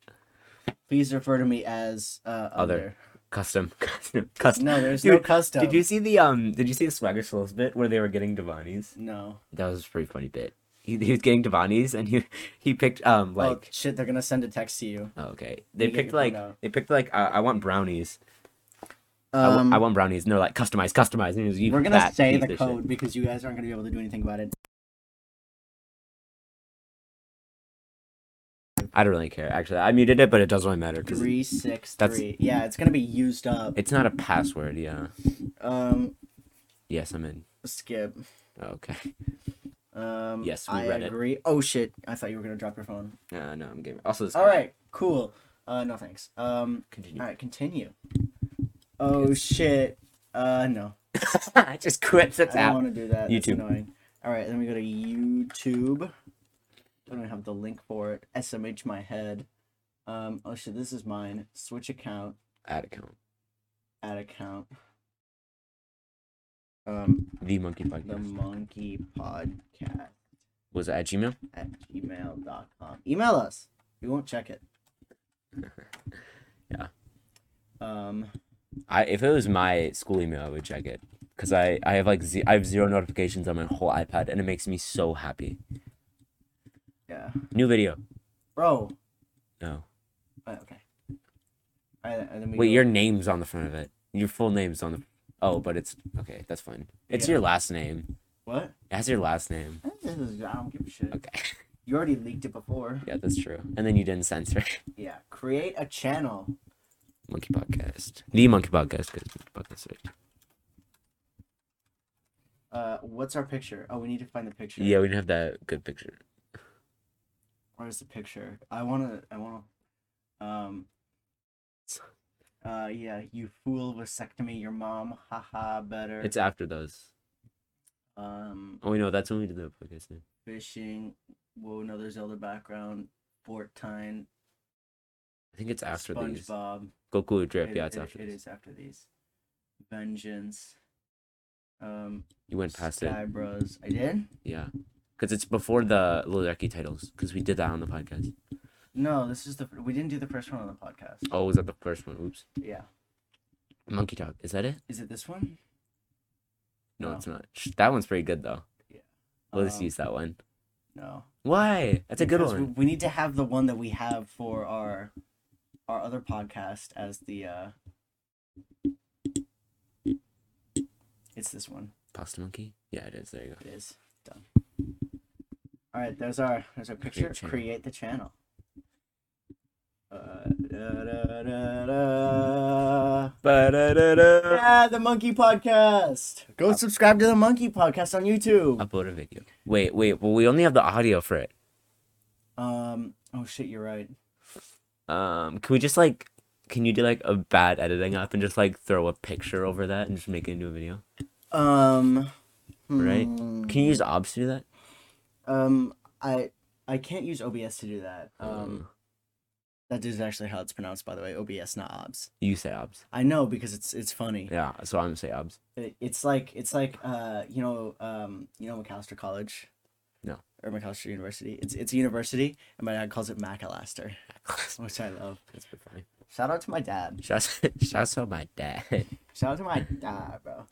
Please refer to me as uh,
Other.
other.
Custom. Custom. Custom.
No, there's
Dude,
no custom.
Did you see the um? Did you see the Swagger Souls bit where they were getting Devani's?
No.
That was a pretty funny bit. He, he was getting Devani's and he he picked um
Like, oh
like
shit, they're gonna send a text to you.
oh, okay they
You get your
picked
phone
like
out.
they picked like uh, I want brownies I wa-
Um,
I want brownies and they're like customize customize and he was, you
we're gonna
fat
say
piece
the
of shit."
code because you guys aren't gonna be able to do anything about it.
I don't really care actually I muted it but it doesn't really matter because
Three six
That's-
three. Yeah, it's gonna be used up.
it's not a password yeah
Um,
yes I'm in Oh,
skip.
okay
Um,
Yes, we
I
read it.
agree. Oh shit, I thought you were gonna drop your phone.
uh, no I'm gaming also this
All right, cool. Uh, no thanks. Um,
Continue.
All right, continue. Oh shit. Uh, no,
I just quit this
I don't
app
want to do that. That's
YouTube.
annoying. All right, then we go to YouTube. I don't have the link for it. SMH my head. Um, oh shit, this is mine. Switch account.
ad account
Add account. Um,
the monkey
the
podcast
monkey podcast
was it at Gmail
at gmail.com. Email us. We won't check it.
Yeah.
Um,
I if it was my school email, I would check it because I I have like ze- I have zero notifications on my whole iPad, and it makes me so happy.
yeah.
New video.
Bro.
No,
Oh, okay. All right, and then we
wait,
go-
your name's on the front of it. Your full name's on the. Oh, but it's okay. That's fine. It's your last name.
What?
It has your last name.
This is, I don't give a shit.
Okay.
You already leaked it before.
Yeah, that's true. And then you didn't censor it.
Yeah. Create a channel.
Monkey Podcast. The Monkey Podcast. Cause monkey podcast right?
Uh, what's our picture? Oh, we need to find the picture.
Yeah, we didn't have that good picture.
Where's the picture? I wanna. I wanna. Um. Uh, yeah. You fool vasectomy your mom. Haha. Better.
It's after those.
um.
Oh, wait, no, that's when we did the podcast. name.
Fishing. Whoa. Another Zelda background. Fortnite.
I think it's after these.
SpongeBob.
Goku drip. yeah, it's
it,
after
it
these.
is after these. Vengeance. Um.
You went past it.
Sky Bros. I did.
Yeah, because it's before the Lil Durky titles. Because we did that on the podcast.
No, this is the we didn't do the first one on the podcast.
Oh, was that the first one? Oops.
Yeah.
Monkey Talk. Is that it?
Is it this one?
No,
No.
it's not. Sh- That one's pretty good though.
Yeah.
We'll just
Um,
use that one.
No.
Why? That's a good
Because we-
one.
We need to have the one that we have for our our other podcast as the uh It's this one.
Pasta Monkey. Yeah, it is. There you go.
It is. Done. Alright, there's our there's our picture.
channel.
Create the channel. Uh, da, da, da, da.
Ba-da-da-da.
Yeah, the Monkey Podcast. Go subscribe to the Monkey Podcast on YouTube.
Upload a video. Wait, wait. Well, we only have the audio for it.
Um. Oh shit, you're right.
Um, can we just like, can you do like a bad editing up and just like throw a picture over that and just make it into a video,
Um.
right?
hmm,
Can you use OBS to do that?
Um. I I can't use OBS to do that.
Hmm.
Um. That is actually how it's pronounced, by the way. OBS, not OBS.
You say OBS.
I know because it's it's funny.
Yeah, so I'm gonna say OBS.
It, it's like it's like uh you know um you know McAllister College.
No.
Or McAllister University. It's it's a university, and my dad calls it McAllister, which I love.
That's pretty funny.
Shout out to my dad.
Shouts, shouts out my dad.
Shout out to my dad, bro.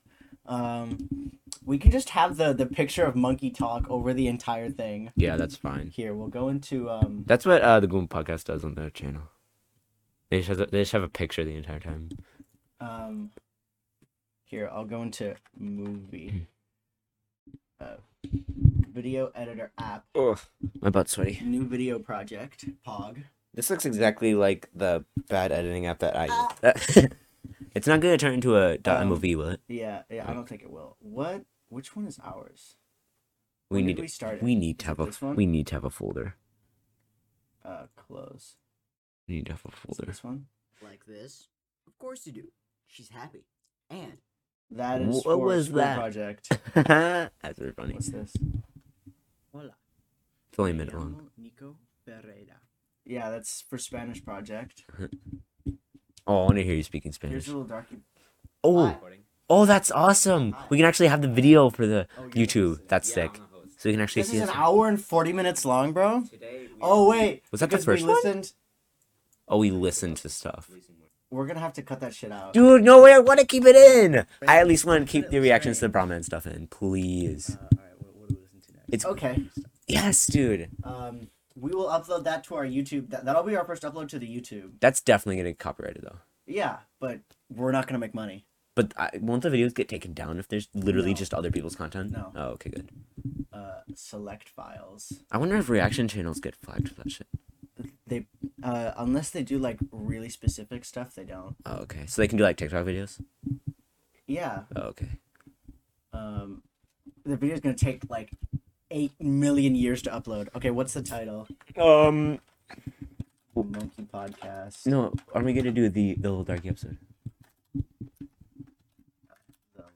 Um, we can just have the the picture of Monkey Talk over the entire thing.
Yeah, that's fine.
Here, we'll go into um.
That's what uh, the Goon Podcast does on their channel. They just, have a, they just have a picture the entire time.
um here i'll go into movie
Hmm.
uh, video editor app
Oh, my butt's sweaty.
new video project pog
This looks exactly like the bad editing app that I use. it's not gonna turn into a
Um,
.mov, will it?
yeah, yeah i don't think it will what which one is ours
We
when did
need
we start it?
we need to
Is
have
it
a
this one?
we need to have a folder.
uh close
We need to have a
Is it
folder.
this one
Like this? Of course you do. She's happy. And
that is
What
for
was
school
that?
project
That's very funny.
what's this
hola.
It's only a minute long.
Nico Ferreira.
yeah that's for spanish project
Oh, I want to hear you speaking
here's
Spanish.
a little darky
Oh, oh, that's awesome. We can actually have the video for the
Oh,
YouTube. That's sick. So we can actually
this
see
is
us.
an hour and 40 minutes long bro
Today we
oh wait
Was that the
because we
first one?
listened
Oh, we listen to stuff.
we're gonna have to cut that shit out.
Dude, no way. I want to keep it in. I at least want to keep the reactions to the Brahman stuff in, please.
Uh, all right, what, what do we listen to next?
It's
Okay.
yes, dude.
Um, we will upload that to our YouTube. That, that'll be our first upload to the YouTube.
That's definitely gonna get copyrighted though.
Yeah, but we're not gonna make money.
But I, won't the videos get taken down if there's literally
No.
just other people's content?
No.
Oh, okay, good.
Uh, select files.
I wonder if reaction channels get flagged for that shit.
They, uh, unless they do like really specific stuff, they don't.
Oh, okay. So they can do like TikTok videos.
Yeah.
Oh, okay.
Um, the video's gonna take like eight million years to upload. Okay, what's the title?
Um.
Monkey Podcast.
No, are we gonna do the the little darky episode?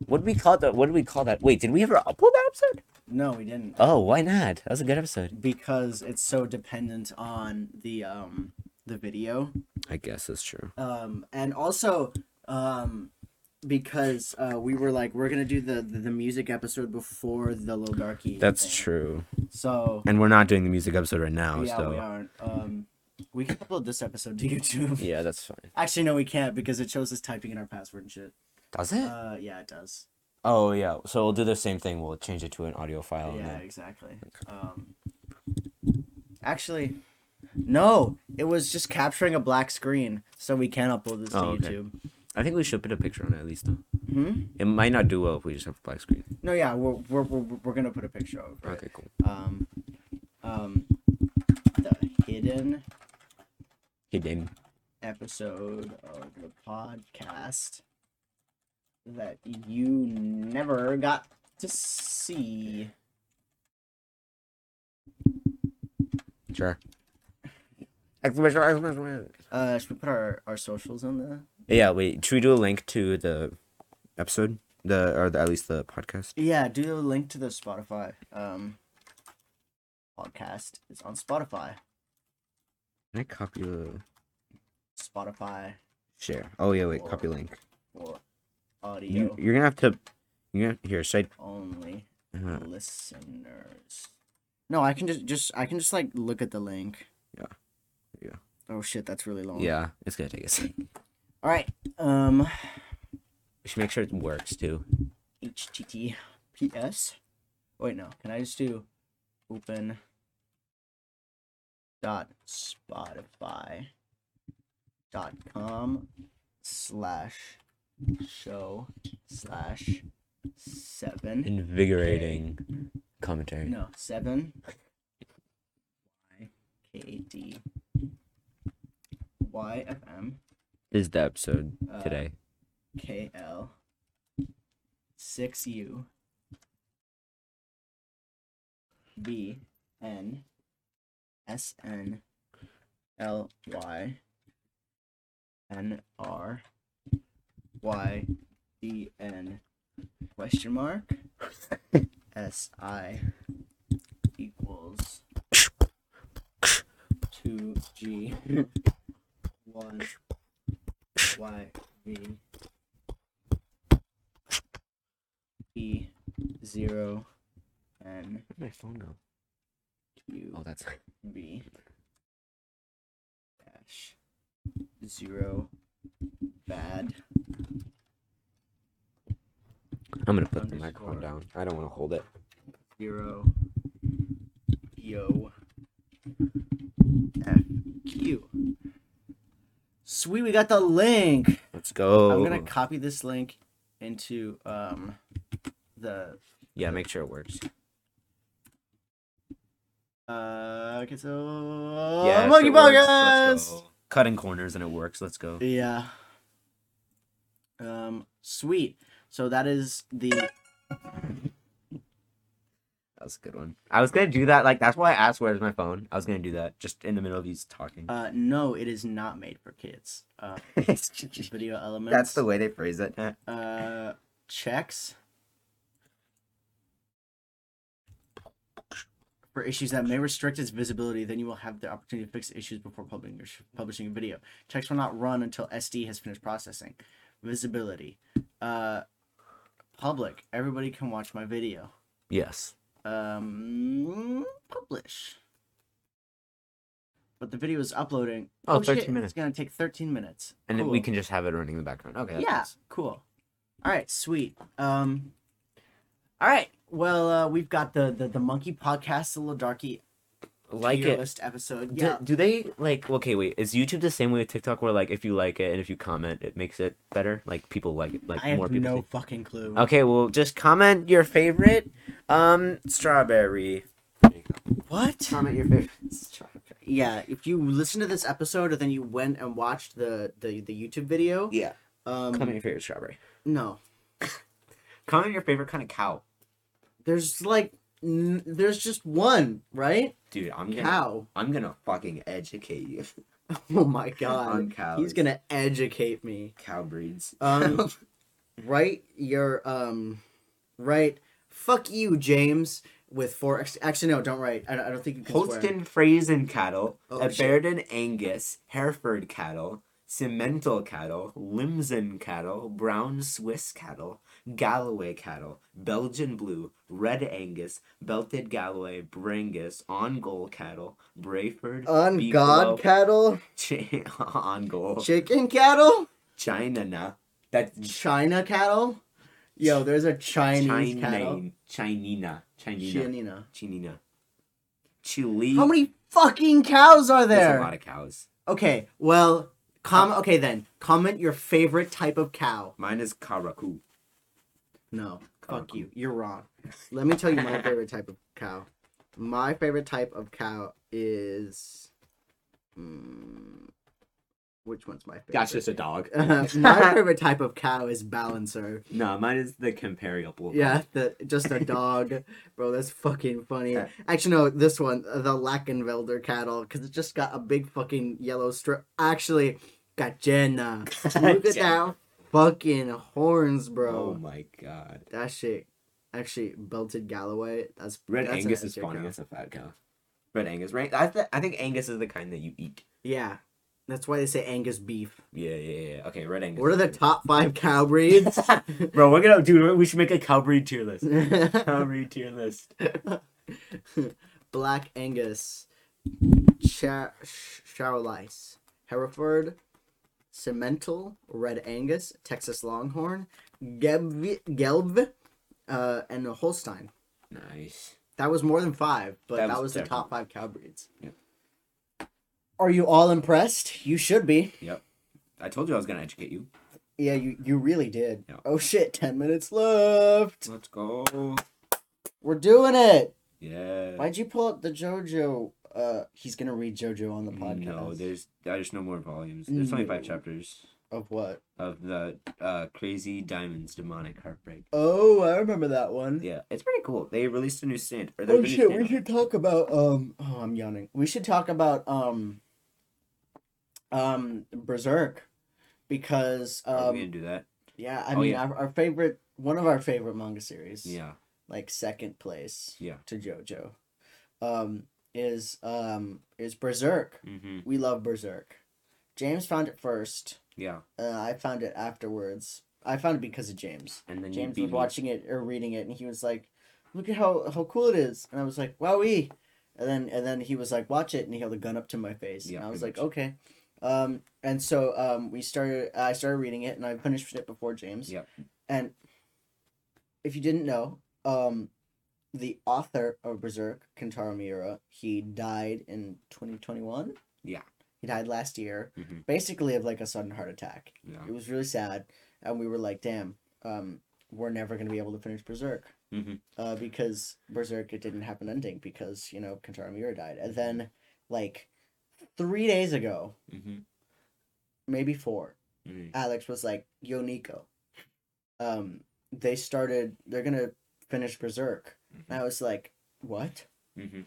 What did we call that? What did we call that? Wait, did we ever upload that episode?
No, we didn't.
Oh, why not? That was a good episode.
Because it's so dependent on the um the video.
I guess that's true.
um, and also um, because uh, we were like we're gonna do the, the the music episode before the Lil Darky.
That's
thing.
true.
So
And we're not doing the music episode right now,
yeah,
so
we aren't. Um, we can upload this episode to YouTube.
yeah, that's fine.
Actually, no, we can't because it shows us typing in our password and shit.
Does it?
Uh, yeah, it does.
oh yeah. So we'll do the same thing. We'll change it to an audio file. and
yeah,
then-
exactly. Um, actually, no, it was just capturing a black screen, so we can upload this to
Oh, okay.
YouTube.
I think we should put a picture on it at least though.
Hmm?
It might not do well if we just have a black screen.
No, yeah, we're we're, we're, we're gonna put a picture over. it.
Okay, cool.
um, um, the hidden
Hidden.
episode of the podcast that you never got to see.
Sure. Exclamation, exclamation.
Uh, should we put our, our socials on the?
Yeah, wait. Should we do a link to the episode? The or the, at least the podcast?
Yeah, do a link to the Spotify. Um, podcast It's on Spotify.
Can I copy the
Spotify
share? Oh yeah, wait. Copy link.
for
You,
audio
you're gonna have to. You're gonna here. Should
only
I?
Oh.
Uh,
listeners. No, I can just just I can just like look at the link.
Yeah. There you
Oh shit, that's really long.
yeah, it's gonna take us. We
All right. Um.
should make sure it works too.
HTTPS. Wait, no. Can I just do open dot spotify dot com slash show slash seven
Invigorating commentary.
no seven y k d y f m
Is the episode
Uh,
today?
K L six U B N S N L Y N R Y E N question mark S I equals two G one Y V E zero N
Where'd my phone go?
U
Oh, that's
B dash zero bad
I'm gonna put the
Underscore.
microphone down. I don't want to hold it.
zero yo F Q. Sweet, we got the link.
Let's go.
I'm gonna copy this link into um the
Yeah, make sure it works.
uh okay so
if
Oh, monkey
it works, let's
podcast.
go. Cutting corners and it works. Let's go.
Yeah. Um, sweet. So that is the
That was a good one. I was gonna do that. Like that's why I asked where's my phone. I was gonna do that just in the middle of you talking.
uh no, it is not made for kids. Uh,
that's
video elements.
the way they phrase it. Eh.
uh checks for issues that may restrict its visibility. Then you will have the opportunity to fix issues before publishing your- publishing a video. Checks will not run until SD has finished processing. Visibility. Uh, public. Everybody can watch my video.
Yes.
um publish but the video is uploading.
Oh, 13
shit,
minutes.
It's gonna take 13 minutes.
and
Cool.
we can just have it running in the background. Okay.
yeah, cool. All right, sweet. Um, all right. Well, uh, we've got the the, the monkey podcast, the little darky
Like
tier
it.
list episode.
Do,
Yeah,
do they like okay wait is YouTube the same way with TikTok where like if you like it and if you comment it makes it better like people like it like
I have
more people
no
think-
fucking clue.
okay well just comment your favorite um strawberry
What?
comment your favorite strawberry
Yeah, if you listen to this episode and then you went and watched the the, the YouTube video,
yeah comment
um,
your favorite strawberry
no,
comment your favorite kind of cow
there's like n- there's just one right
Dude, I'm gonna
cow.
I'm gonna fucking educate you.
Oh my god,
On cows.
he's gonna educate me.
Cow breeds.
Um, write your um, write fuck you, James, with four. ex- Actually, no, don't write. I don't, I don't think you can swear.
Holstein Friesian cattle,
Oh, shit.
Aberdeen Angus, Hereford cattle, Simmental cattle, Limousin cattle, Brown Swiss cattle, Galloway cattle, Belgian blue, Red Angus, Belted Galloway, Brangus, Ongol cattle, Brayford,
On God cattle,
Ch- Ongol,
chicken cattle,
China, that's
China cattle. Yo, there's a Chinese cattle.
Chinina, Chinina, Chinina,
Chinina.
Chinina, Chile.
How many fucking cows are
That's
there?
a lot of cows.
Okay, well, com. Okay then, comment your favorite type of cow.
Mine is Karaku.
No, fuck
Cow.
you. You're wrong. Let me tell you my favorite type of cow. My favorite type of cow is. Mm, which one's my favorite?
That's just a dog.
my favorite type of cow is balancer.
No, mine is the comparable.
Yeah, the just a dog, bro. That's fucking funny. Actually, no, this one, uh, the Lackenvelder cattle, because it just got a big fucking yellow strip. Actually, got Jenna. Look at that fucking horns,
Oh
bro.
my god.
that shit. Actually, belted Galloway. That's
Red
that's an
Angus is
extra
funny.
cow.
That's a fat cow. Red Angus, right? I, th- I think Angus is the kind that you eat.
Yeah, that's why they say Angus beef.
Yeah, yeah, yeah. Okay, Red Angus.
What are the top five cow breeds?
Bro, we're gonna dude. We should make a cow breed tier list. cow breed tier list.
Black Angus, Char- Sh- Charolais, Hereford, Cemental, Red Angus, Texas Longhorn, Gelb, Gelb uh, and Holstein.
Nice.
That was more than five, but
That
that,
was
was, the
definitely-
top five cow breeds.
Yep.
Are you all impressed? You should be.
I told you I was gonna educate you.
Yeah, you, you really did.
Yeah.
Oh shit, 10 minutes left.
Let's go.
We're doing it.
Yeah.
Why'd you pull up the JoJo? Uh, he's gonna read JoJo on the podcast. Mm.
No, there's there's no more volumes. There's only five
No.
chapters
Of what?
of the uh, Crazy Diamonds Demonic Heartbreak.
Oh, I remember that one.
Yeah, it's pretty cool. They released a new stand. Or they're
oh
gonna
shit,
stand
we
up.
should talk about um oh I'm yawning. We should talk about um um Berserk because
Are we gonna
um
do that?
yeah, I
oh,
mean
yeah.
Our, our favorite one of our favorite manga series.
Yeah.
Like second place
Yeah.
to JoJo. Um is um is Berserk.
Mm-hmm.
We love Berserk. James found it first.
Yeah.
Uh, I found it afterwards. I found it because of James.
And then
James
you
was
beat
watching it or reading it, and he was like, "Look at how how cool it is!" And I was like, "Wowee!" And then and then he was like, "Watch it!" And he held a gun up to my face,
Yeah,
and I was like,
pretty
"Okay." Um, and so um, we started. I started reading it, and I finished it before James.
Yep.
And if you didn't know, um, the author of Berserk, Kentaro Miura, he died in twenty twenty one.
Yeah.
He died last year,
Mhm.
basically of like a sudden heart attack
me. Yeah.
it was really sad and we were like damn um we're never going to be able to finish berserk
Mhm.
uh, because berserk it didn't have an ending because you know kentaro miura died and then like three days ago
Mm-hmm.
maybe four
Mhm.
alex was like yo nico um they started they're going to finish berserk and i was like what
Mm-hmm.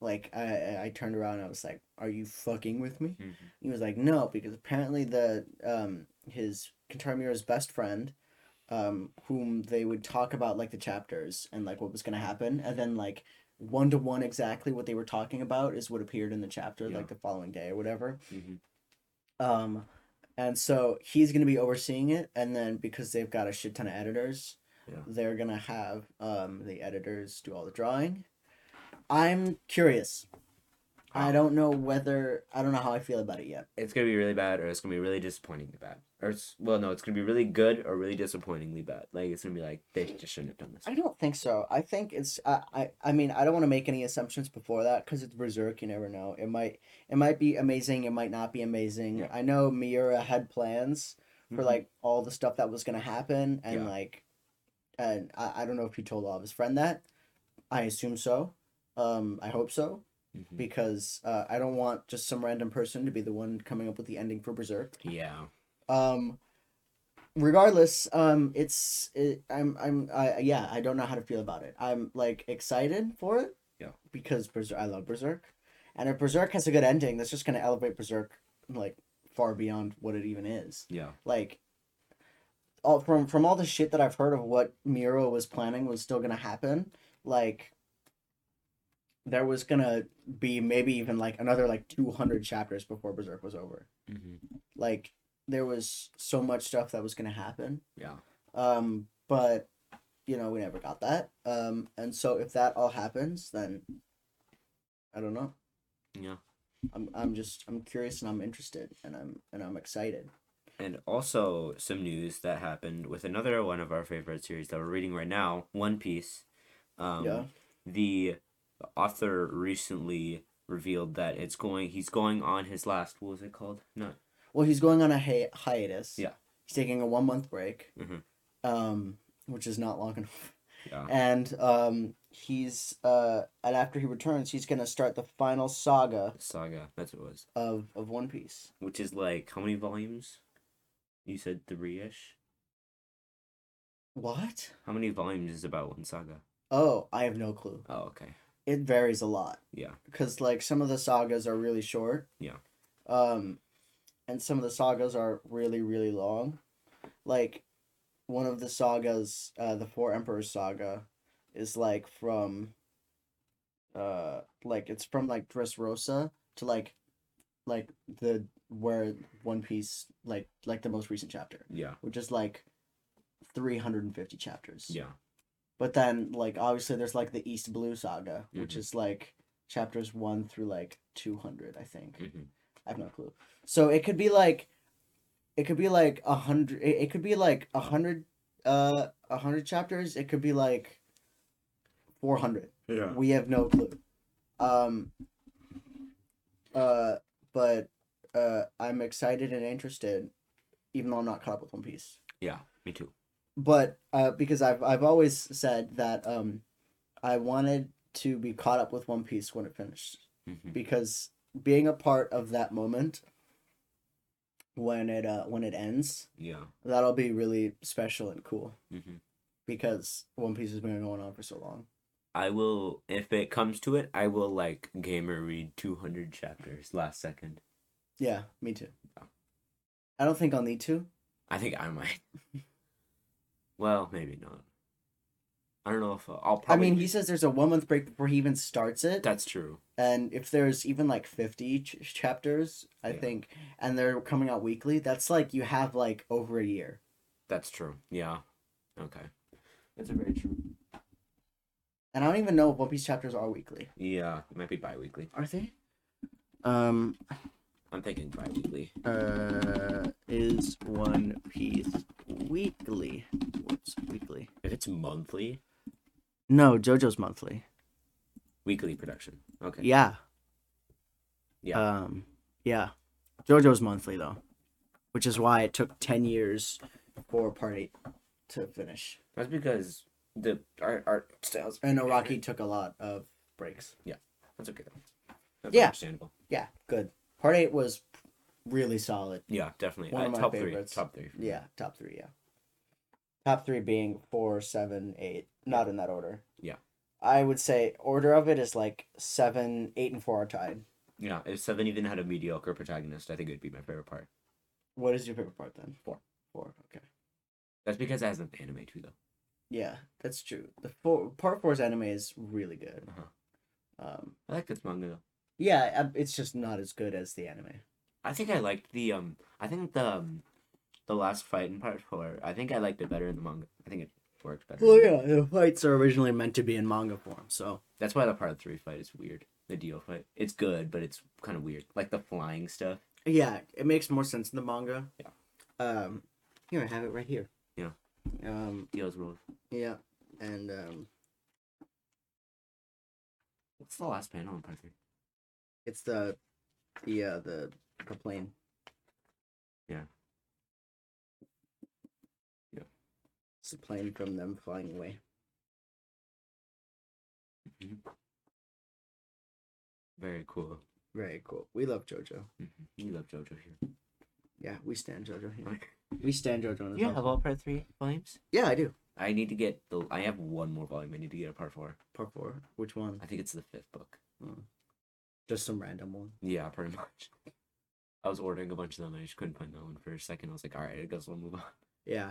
like I- I, I turned around and I was like, "Are you fucking with me?"
Mhm.
He was like, "No," because apparently the um his Kentaro Miura's best friend, um, whom they would talk about like the chapters and like what was gonna happen, and then like one to one exactly what they were talking about is what appeared in the chapter
Yeah.
like the following day or whatever.
Mhm.
Um, and so he's gonna be overseeing it, and then because they've got a shit ton of editors,
Yeah.
they're gonna have um the editors do all the drawing. I'm curious. I don't know whether I don't know how I feel about it yet.
It's gonna be really bad, or it's gonna be really disappointingly bad. Or it's well, no, it's gonna be really good or really disappointingly bad. Like it's gonna be like they just shouldn't have done this.
I don't think so. I think it's I I, I mean I don't want to make any assumptions before that because it's Berserk. You never know. It might it might be amazing. It might not be amazing.
Yeah.
I know Miura had plans for
Mhm.
like all the stuff that was gonna happen and
Yeah.
like, and I, I don't know if he told all of his friend that. I assume so. Um, I hope so
Mhm.
because uh, I don't want just some random person to be the one coming up with the ending for Berserk.
Yeah.
Um, regardless, um, it's it, I'm I'm I yeah I don't know how to feel about it. I'm like excited for it.
Yeah.
Because Berserk, I love Berserk, and if Berserk has a good ending, that's just gonna elevate Berserk like far beyond what it even is.
Yeah.
Like. All, from from all the shit that I've heard of what Miro was planning was still gonna happen, like there was gonna be maybe even like another like two hundred chapters before Berserk was over
hmm
like there was so much stuff that was going to happen
Yeah.
um but you know we never got that um and so if that all happens then i don't know
Yeah.
i'm i'm just i'm curious and i'm interested and i'm and i'm excited
And also some news that happened with another one of our favorite series that we're reading right now, One Piece. Um,
Yeah.
The author recently revealed that it's going. He's going on his last. What was it called? Not
well he's going on a hi- hiatus
Yeah.
he's taking a one month break
Mhm.
um which is not long enough
Yeah.
and um he's uh and after he returns he's going to start the final saga
Saga. That's what it was.
of of one piece
Which is like how many volumes? You said three ish.
what
How many volumes is about one saga?
Oh, I have no clue.
Oh, okay.
It varies a lot
Yeah.
because like some of the sagas are really short.
Yeah.
Um, and some of the sagas are really really long. Like, one of the sagas, uh, the Four Emperors saga, is like from. Uh, like it's from like Dressrosa to like, like the where One Piece like like the most recent chapter,
Yeah.
which is like, three hundred and fifty chapters.
Yeah.
But then, like, obviously, there's like the East Blue Saga, which
Mhm.
is like chapters one through like 200, I think.
Mhm.
I have no clue. So it could be like, it could be like a hundred, it it could be like a hundred, uh, a hundred chapters. It could be like 400.
Yeah.
We have no clue. Um, uh, but, uh, I'm excited and interested, even though I'm not caught up with One Piece
Yeah. Me too.
but uh, because I've I've always said that um, I wanted to be caught up with One Piece when it finished
Mhm.
because being a part of that moment when it uh, when it ends
Yeah.
that'll be really special and cool
Mhm.
because One Piece has been going on for so long.
I will if it comes to it. I will like gamer read two hundred chapters last second.
Yeah, me too.
Yeah.
I don't think I'll need to.
I think I might. well, maybe not. I don't know if I'll, I'll
I
probably.
mean, he says there's a one month break before he even starts it.
that's true.
and if there's even like 50 ch- chapters i
Yeah.
think and they're coming out weekly that's like you have like over a year
That's true. Yeah. Okay. That's a very true.
and i don't even know if one piece chapters are weekly
Yeah, it might be bi-weekly.
are they um
I'm thinking bi-weekly.
uh is one piece weekly what's weekly
If it's monthly,
no jojo's monthly
weekly production. Okay.
yeah
Yeah.
um yeah jojo's monthly though which is why it took 10 years for part 8 to finish
That's because the art art styles.
and Iraqi took a lot of breaks.
That's okay though. That's
Yeah.
Understandable.
Yeah, good. Part eight was really solid.
Yeah, definitely.
One of
Uh,
my
top
favorites.
three. Top three.
Yeah, top three. Yeah, top three being four, seven, eight. Not in that order.
Yeah.
I would say order of it is like seven, eight, and four are tied.
Yeah. If Seven even had a mediocre protagonist, I think it'd be my favorite part.
What is your favorite part then?
Four.
Four. Okay.
That's because it has an anime too, though.
Yeah, that's true. The four part four's anime is really good.
Uh-huh.
Um,
I like this manga though.
yeah, I- it's just not as good as the anime.
I think I liked the um. I think the um, the last fight in part four. I think I liked it better in the manga. I think it worked better.
Well, yeah, the fights are originally meant to be in manga form, so
That's why the part three fight is weird. the deal, but it's good, but it's kind of weird. Like the flying stuff.
Yeah, it makes more sense in the manga.
Yeah.
Um, here I have it right here.
Yeah.
Um.
Deals wrong.
Yeah. And um,
What's the last panel in part three?
it's the, the uh, the the plane.
Yeah. Yeah.
It's the plane from them flying away.
Very cool.
Very cool. We love JoJo.
You love JoJo here.
Yeah, we stand JoJo here. We stand JoJo. In this house.
all part three volumes?
Yeah, I do.
I need to get the. I have one more volume. I need to get a part four.
Part four. Which one? Hmm.
I think it's the fifth book.
Just some random one.
Yeah, pretty much. I was ordering a bunch of them. I just couldn't find that one for a second. I was like, all right, I guess we'll move on.
Yeah.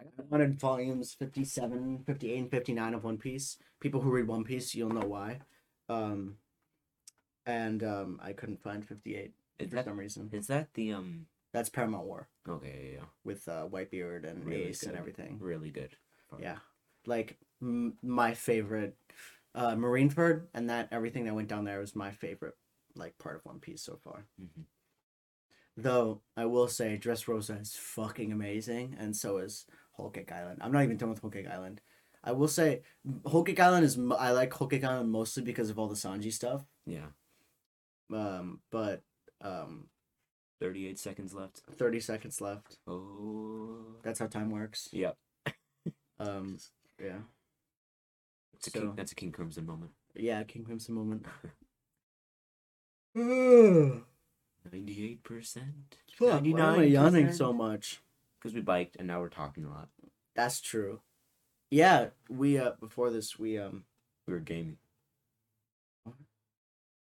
I got 100 volumes 57, 58, and 59 of One Piece. People who read One Piece, you'll know why. Um, and um, I couldn't find 58
Is
for
that-
some reason.
Is that the um?
That's Paramount War
Okay, yeah, yeah.
with uh, Whitebeard and
Really
Ace and
good.
everything.
really good.
Yeah. Like, m- my favorite, uh, Marineford and that, everything that went down there was my favorite, like, part of One Piece so far.
Mhm.
Though I will say, Dress Rosa is fucking amazing, and so is Whole Cake Island. I'm not even done with Whole Cake Island. I will say, Whole Cake Island is m- I like Whole Cake Island mostly because of all the Sanji stuff.
Yeah.
Um, but um,
Thirty-eight seconds left.
thirty seconds left.
Oh.
That's how time works.
Yep.
Um, yeah,
It's a
So-
King, that's a King Crimson moment.
yeah. King Crimson moment.
Ninety-eight percent.
Fuck, why am I yawning so much?
Because we biked and now we're talking a lot.
That's true. Yeah, we uh before this we um
We were gaming.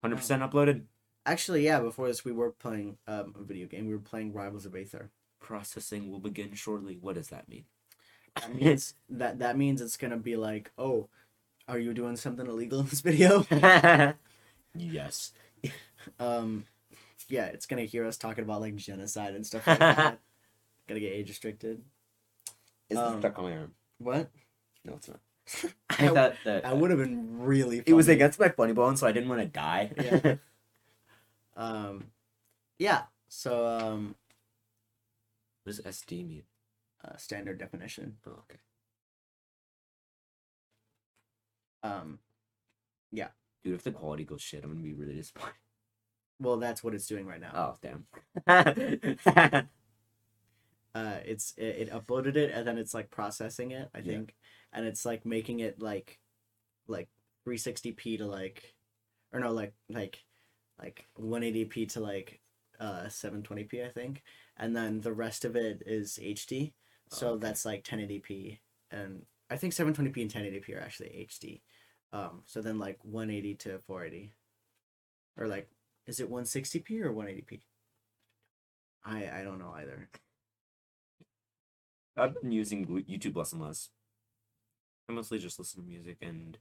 Hundred
Oh.
percent uploaded.
actually yeah before this we were playing um a video game. We were playing Rivals of Aether.
Processing will begin shortly. What does that mean?
that means that that means it's gonna be like, oh, are you doing something illegal in this video?
Yes.
um, yeah, it's gonna hear us talking about like genocide and stuff like that. gonna get age restricted.
Is
Um,
stuck on my arm?
What?
No, it's not.
I,
I thought that
I would have been really.
It was
funny.
against my funny bone, so I didn't want to die.
Yeah. Um, yeah. So um,
What does SD mean?
uh, standard definition.
Oh, okay.
Um,
Dude, if the quality goes shit, I'm gonna be really disappointed.
well, that's what it's doing right now.
Oh, damn.
uh it's it, it uploaded it and then it's like processing it i
Yeah.
think and it's like making it like like 360p to like or no like like like 180p to like uh 720p i think and then the rest of it is hd so
Oh, Okay.
that's like 1080p and i think 720p and 1080p are actually hd um so then like 180 to 480 or like is it 160p or 180p i i don't know either
I've been using Glu- YouTube less and less. I mostly just listen to music and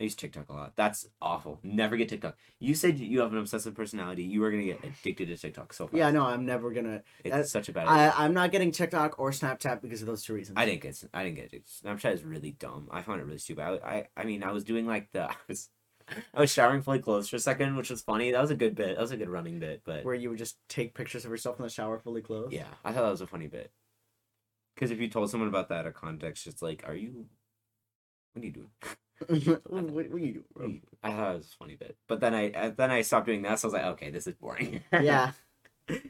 I use TikTok a lot. That's awful. Never get TikTok. You said you have an obsessive personality. You are gonna get addicted to TikTok so fast.
Yeah, no, I'm never gonna.
it's
that-
such a bad. idea.
I, I'm not getting TikTok or Snapchat because of those two reasons.
I didn't get. I didn't get addicted. Snapchat is really dumb. I found it really stupid. I, I, I mean, I was doing like the. I was, I was showering fully clothes for a second, which was funny. That was a good bit. That was a good running bit, but
Where you would just take pictures of yourself in the shower fully clothed.
yeah, I thought that was a funny bit. Because if you told someone about that out of context, it's like, are you? What are you doing?
what, what are you doing, bro?
Mm, I thought it was a funny bit, but then I uh, then I stopped doing that. So I was like, okay, this is boring.
yeah. I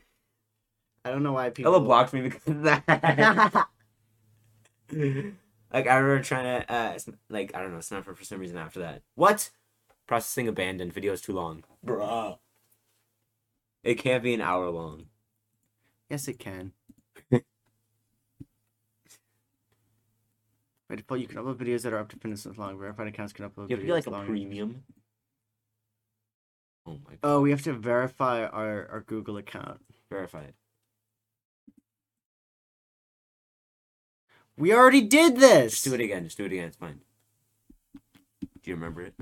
don't know why people.
Ella blocked me because of that. like I remember trying to uh, s- like I don't know, Snapper for some reason after that. What? Processing abandoned. Video is too long, bruh. It can't be an hour long.
yes, it can. By default, you can upload videos that are up to 10 minutes long. Verified accounts can upload
You
videos
have to be like a
long-
premium. Oh my god!
Oh, we have to verify our, our Google account.
Verify it.
We already did this.
Just do it again. Just do it again. It's fine. Do you remember it?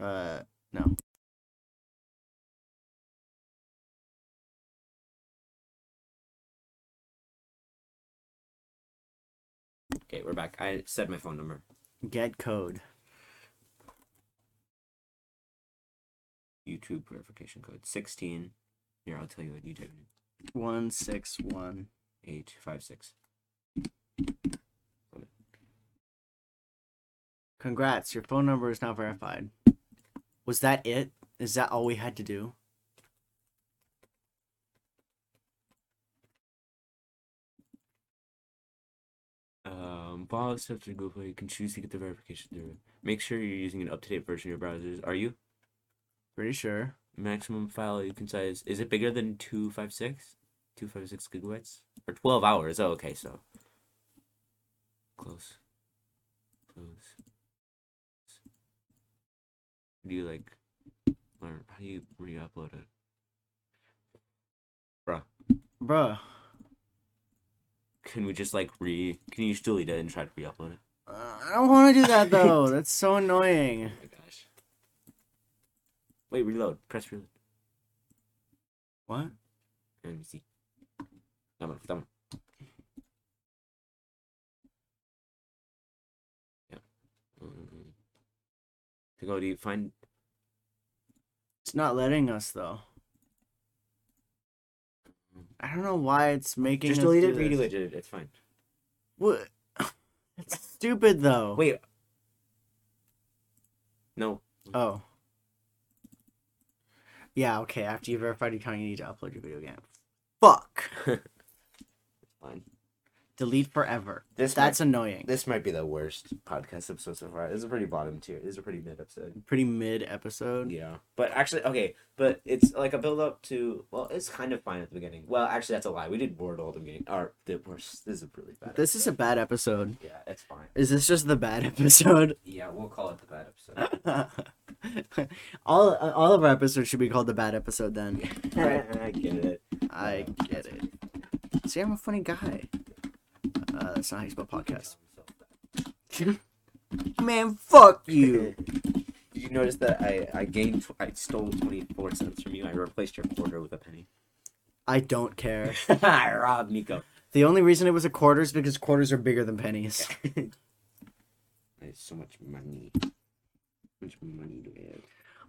Uh, no.
Okay, we're back. I said my phone number.
Get code.
YouTube verification code 16. Here, I'll tell you what you type in.
One six one.
856.
Congrats, your phone number is now verified. Was that it? Is that all we had to do?
Um, follow steps to Google. You can choose to get the verification through. Make sure you're using an up to date version of your browsers. Are you?
Pretty sure.
Maximum file you can size. Is it bigger than 256? 256 gigabytes? Or 12 hours? Oh, okay, so. Close. Close. Do you like. Learn, how do you re upload it? Bruh.
Bruh.
Can we just like re. Can you just delete it and try to re upload it?
Uh, I don't want to do that though. That's so annoying.
my gosh. Wait, reload. Press reload.
What?
Let me see. That one, that one. Yeah. Mm. To go, do you find.
It's not letting us though. I don't know why it's making
Just
us
delete
do
it,
this.
redo it, dude. It's fine.
What? It's stupid though.
Wait. No.
Oh. Yeah, okay. After you verify your account, you need to upload your video again. Fuck.
Fine.
Delete forever.
This
That's annoying.
This might be the worst podcast episode so far. This is a pretty bottom tier. This is a pretty mid episode.
Pretty mid episode.
Yeah. But actually, okay, but it's like a build up to well, it's kind of fine at the beginning. Well, actually, that's a lie. We did Wordle at the beginning. Or the worst. This is a really bad.
This is a bad episode.
episode. yeah, it's fine.
Is this just the bad episode?
Yeah, we'll call it the bad episode.
all all of our episodes should be called the bad episode then.
I get it.
I get it. See, I'm a funny guy. Uh, that's not how you spell podcast. Man, fuck you.
Did you notice that I I gained tw- I stole twenty four cents from you? I replaced your quarter with a penny.
I don't care.
I robbed Nico.
The only reason it was a quarter is because quarters are bigger than pennies.
I have so much money. How much money do I have?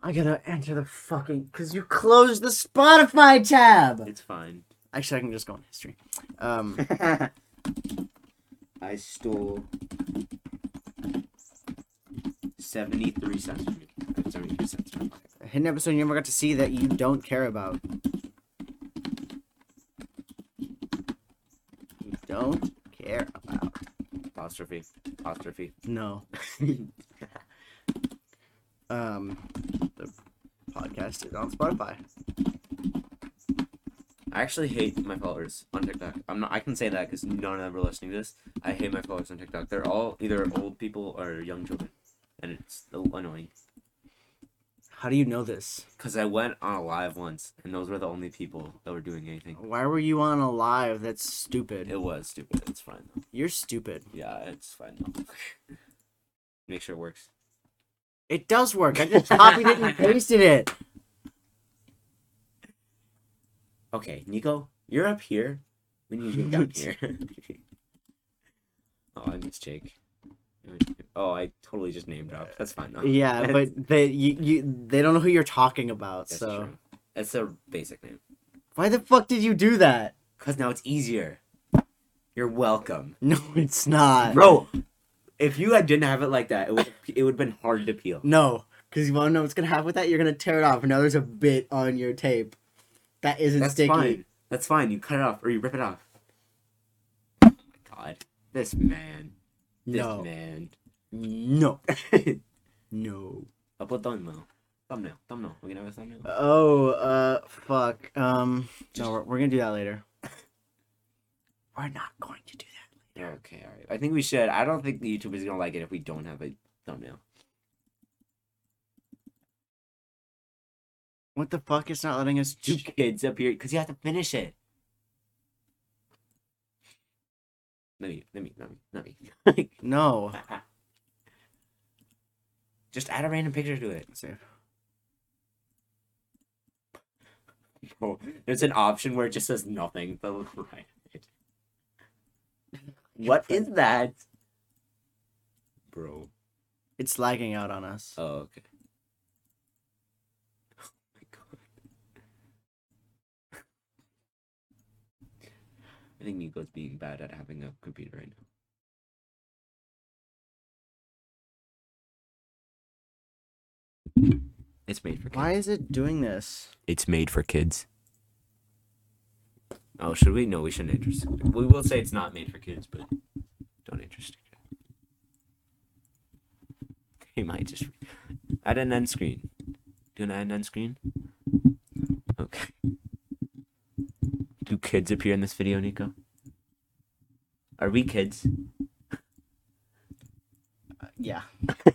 I gotta enter the fucking because you closed the Spotify tab.
It's fine.
Actually, I can just go on history. Um,
I stole seventy three cents from you. I have seventy three cents. From you.
a hidden episode you never got to see that you don't care about. You don't care about.
Apostrophe. Apostrophe.
No. um, the podcast is on Spotify.
I actually hate my followers on TikTok. I'm not. I can say that because none of them are listening to this. I hate my followers on TikTok. They're all either old people or young children, and it's so annoying.
How do you know this?
Cause I went on a live once, and those were the only people that were doing anything.
Why were you on a live? That's stupid.
It was stupid. It's fine though.
You're stupid.
Yeah, it's fine though. Make sure it works.
It does work. I just copied it and pasted it.
Okay, Nico, you're up here. We need you down here. oh, I miss Jake. Oh, I totally just named dropped. That's fine though.
Yeah,
That's-
but they you, you they don't know who you're talking about.
That's
so
true. That's a basic name.
why the fuck did you do that?
Cause now it's easier. You're welcome,
No, it's not.
bro. If you had- didn't have it like that, it would it would have been hard to peel.
No, because you want to know what's gonna happen with that. You're gonna tear it off, and now there's a bit on your tape that isn't
That's
sticky.
fine. That's fine. You cut it off or you rip it off. Oh my god, this man, this
No,
man.
no, no.
Upload thumbnail, thumbnail, thumbnail. We can have a thumbnail.
Oh, uh, fuck. Um, no, we're, we're gonna do that later. we're not going to do that.
Okay, all right. I think we should. I don't think YouTube is gonna like it if we don't have a thumbnail.
What the fuck? It's not letting us
Two
do.
kids up here because you have to finish it. Let me, let me, let me, let me.
No.
Just add a random picture to it.
Save.
Oh, there's an option where it just says nothing. But look right at it. What is that? Bro.
It's lagging out on us.
Oh, okay. I think Nico's being bad at having a computer right now. It's made for kids.
Why is it doing this?
It's made for kids. Oh, should we? No, we shouldn't interest. We will say it's not made for kids, but don't interest. He might just add an end screen. Do an add an end screen? Okay. Do kids appear in this video, Nico? Are we kids?
Yeah.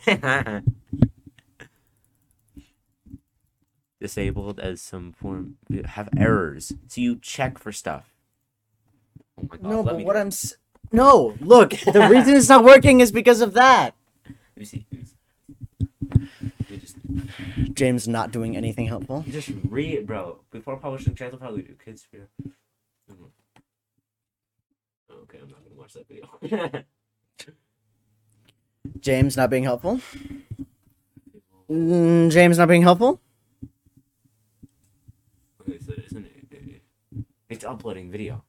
Disabled as some form have errors, so you check for stuff. Oh my God,
No,
let
but
me-
what I'm s- No, look, the reason it's not working is because of that.
Let me see. Let me see. We just,
James not doing anything helpful.
just read, bro. Before publishing, Chaz will probably do kids video. Mhm. Okay, I'm not gonna watch that video.
James not being helpful. Mm, James not being helpful.
Okay, so it isn't it? It's uploading video.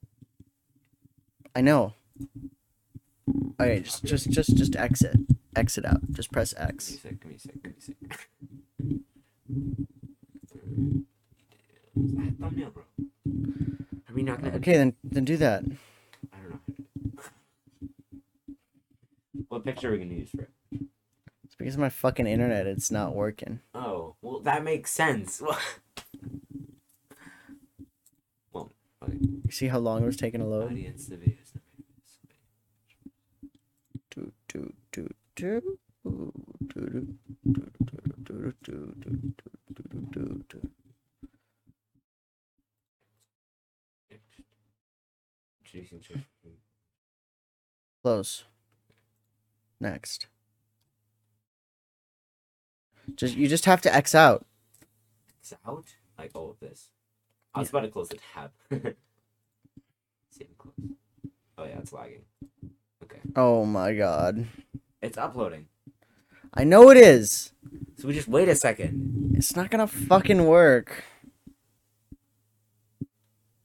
I know. All right, just just just just exit. Exit out. Just press
Give me
X.
a sec. Give me a sec. Give me a sec. That Ah, thumbnail, bro. Are we not gonna?
Okay, then then do that.
I don't know. What picture are we gonna use for it?
It's because of my fucking internet. It's not working.
Oh, well, that makes sense. well, okay.
You see how long it was taking to load?
Audience, the video is not making sense.
Do do do do. Ooh, do, do, do, do, do, do, do, do, do, do, do.
Introducing to-
Close. Next. Just you just have to X out.
It's out? Like all of this. I was about to close the tab. Same close. Oh, yeah, it's lagging. Okay.
Oh my god.
It's uploading.
I know it is.
So we just wait a second.
It's not gonna fucking work.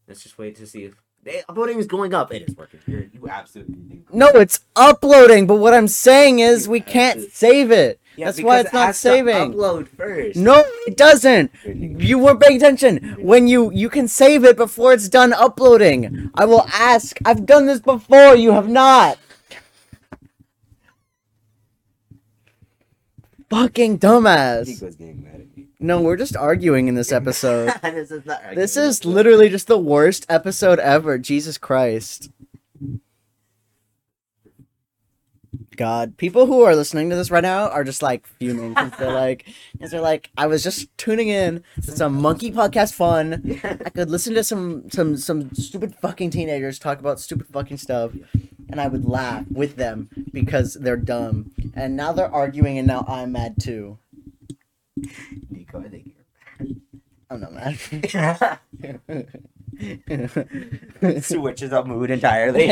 Let's just wait to see if. The uploading is going up. It is working. You're, you absolutely. think-
No, it's uploading, but what I'm saying is we can't save it.
Yeah,
That's why
because
it's
it
not
has to
saving.
upload first.
No, it doesn't. You weren't paying attention. When you you can save it before it's done uploading. I will ask. I've done this before. You have not. Fucking dumbass.
Nico's getting mad at me.
No, we're just arguing in this episode.
this is not.
This is literally just the worst episode ever. Jesus Christ. God, people who are listening to this right now are just like fuming. 'cause they're like, cause they're like, I was just tuning in to some monkey podcast fun. I could listen to some some some stupid fucking teenagers talk about stupid fucking stuff, and I would laugh with them because they're dumb. And now they're arguing, and now I'm mad too.
Nico, I think you're
I'm not mad.
switches up mood entirely.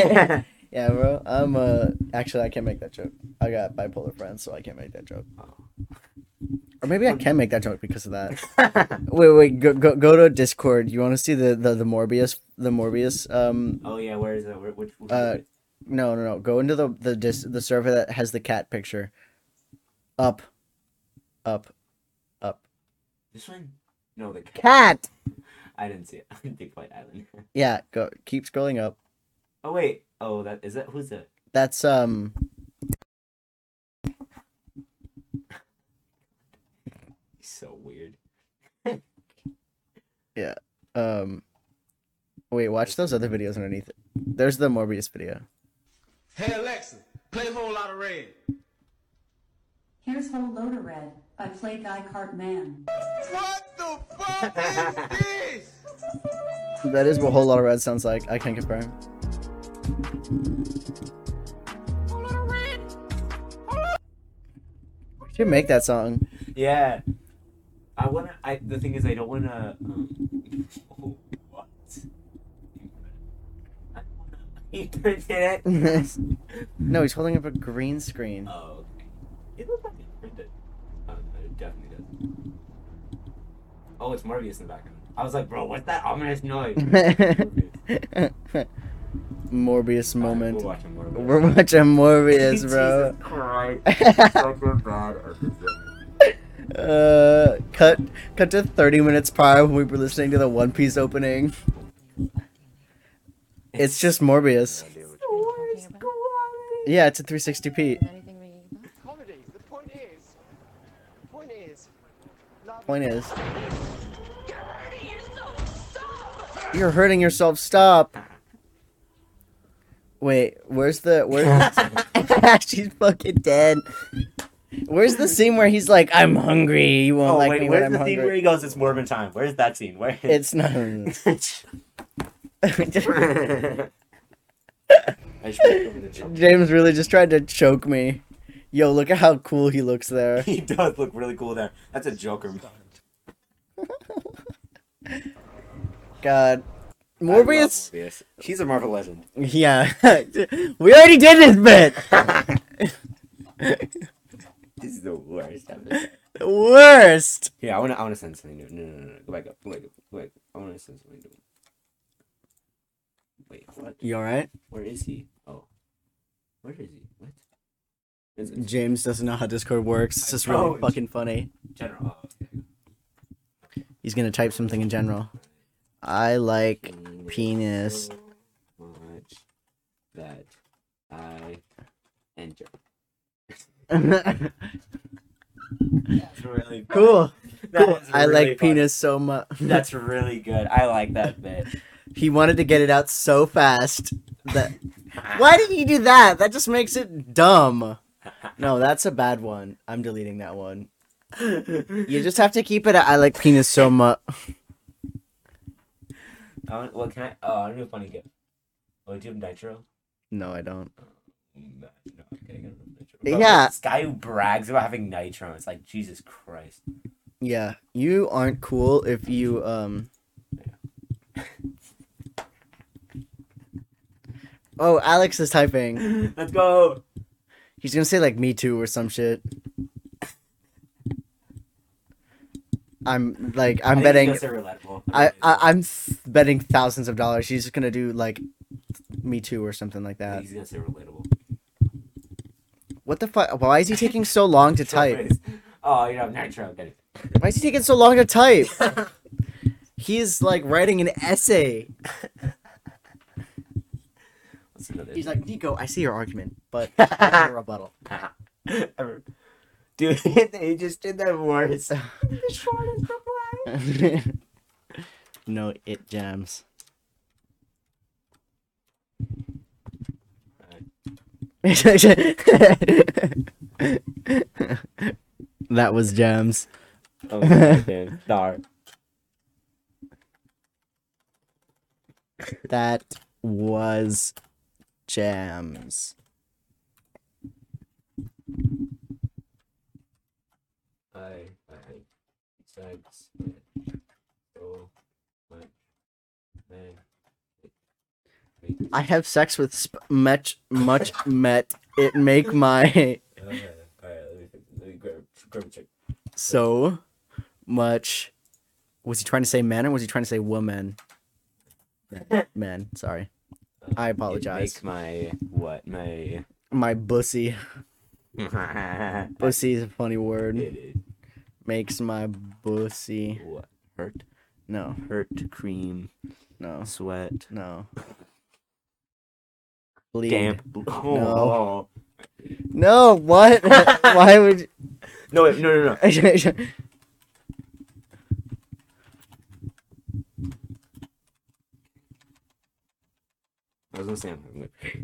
Yeah, bro. I'm uh actually I can't make that joke. I got bipolar friends, so I can't make that joke. Or maybe I can make that joke because of that. Oh. wait, wait, go go, go to Discord. You want to see the, the the Morbius the Morbius um
oh yeah, where is it? Where, which, which
Uh, no no no go into the the dis- the server that has the cat picture. Up, up, up.
this one? No, the cat.
Cat.
I didn't see it. Big White Island.
Yeah, go keep scrolling up.
Oh wait. Oh, that is that. Who's that?
That's um.
He's so weird.
um wait watch those other videos underneath it there's the morbius video
Hey Alexa, play a whole lot of red.
Here's Whole Load of Red by Play Guy Cart Man.
What the fuck is this?
that is what whole lot of red sounds like i can't confirm We should make that song
Yeah. I wanna. I the thing is, I don't wanna. Um, oh, what? I don't wanna. He turned it.
no he's holding up a green screen
Oh, okay. It looks like it printed. Um, it definitely does. Oh, it's Morbius in the background. I was like, bro, what's that ominous noise?
i Morbius moment.
We're watching more.
We're watching Morbius, bro.
Jesus Christ. it's such a bad episode.
Uh, cut, cut to thirty minutes prior when we were listening to the One Piece opening. It's just Morbius. Yeah, it's a 360p.
Anything we
comedy. The point is, the point is, love
Point is,
You're hurting yourself. Stop.
you're hurting yourself. Stop. Wait, where's the where's she's fucking dead. Where's the scene where he's like, "I'm hungry. You won't
Oh,
like
wait,
me
where's
when
the
I'm
scene where
hungry."
he goes, it's Mormon time? Where's that scene? Where is
It's not.
I just walked over the jump.
James really just tried to choke me. Yo, look at how cool he looks there.
He does look really cool there. That's a Joker. moment.
God.
I love
Morbius?
Morbius. He's a Marvel legend.
Yeah. we already did this bit!
This is the worst episode.
Worst!
Yeah, I wanna, I wanna send something new. No, no, no, no. Go back up. Go back up. Go back up. I wanna send something new. Wait, what?
You alright?
Where is he? Oh, where is he? What? Is it
James doesn't know how Discord works. This is
know.
really fucking funny.
general? Oh, okay.
He's gonna type something in general. I like penis.
Much that I enjoy. That's really
cool.
that
cool.
is
I
really
like
funny.
penis so much.
That's really good. I like that bit.
He wanted to get it out so fast that. Why did you do that? That just makes it dumb. No, that's a bad one. I'm deleting that one. You just have to keep it. at I like penis so much.
I want, what can I? Oh, I don't know if I want to get. Oh, do you have nitro?
No, I don't.
No, no, okay, I don't have nitro. Bro,
Yeah.
This guy who brags about having nitro, it's like Jesus Christ.
Yeah, you aren't cool if you um. Oh, Alex is typing.
Let's go.
He's gonna say like "me too" or some shit. I'm like I'm
I think
betting.
That's relatable.
I, I I'm th- betting thousands of dollars. He's just gonna do like "me too" or something like
I
that.
think He's gonna say relatable.
What the fuck? Why is he taking so long to type?
Oh, you don't have nitro. Get it.
Why is he taking so long to type? He's like writing an essay.
Let's do this.
He's like, Nico, I see your argument, but a rebuttal.
Dude, he just did that worse.
no, it jams. that was jams.
Oh, okay. Star.
That was jams.
I, I, sex, so much, Oh, man.
I have sex with sp- much, much met. It make my
Uh, all right, let me, let me grab, grab a check.
so much. Was he trying to say men or was he trying to say woman? Men, sorry.
Uh,
I apologize.
Make my what my.
My bussy.
it
Bussy is a funny word.
is
Makes my bussy.
what hurt,
No,
hurt cream,
no,
sweat,
no. Bleed.
damp. bl- Oh,
No. No, what? Why would.
no, wait, no, no, no. I was gonna say I'm hungry.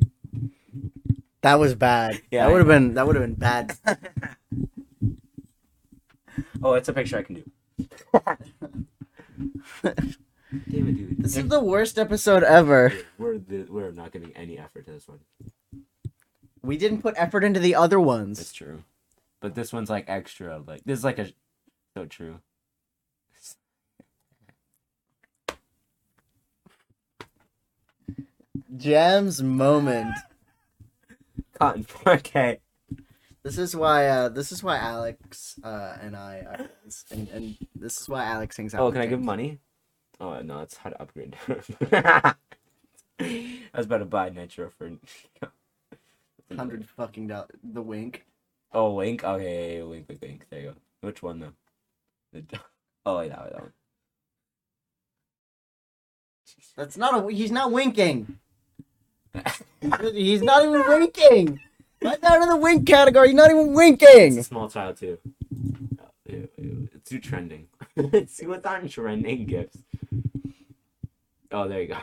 that was bad.
Yeah,
that
I
would have been. That would have been bad.
Oh, it's a picture I can do. Damn it, dude.
This is the worst episode ever.
We're the, we're not giving any effort to this one.
We didn't put effort into the other
That's
ones.
true. But this one's like extra. Like this is like a so true.
Jam's moment.
Cotton 4K.
This is why. Uh, this is why Alex uh, and I are, and, and this is why Alex hangs out.
Oh,
with
can I give
James.
money? Oh no, it's how to upgrade. I was about to buy Nitro for.
Hundred fucking dollars. The wink.
Oh, Link. Okay, yeah, yeah, Link, Link, Link. There you go. Which one though? The d- oh, yeah, that one, that one.
That's not a. He's not winking. he's not even winking. That's not in the wink category. He's not even
It's
winking.
a small child too. Oh, ew, ew. It's too trending. See what's on trending gifts. Oh, there you go.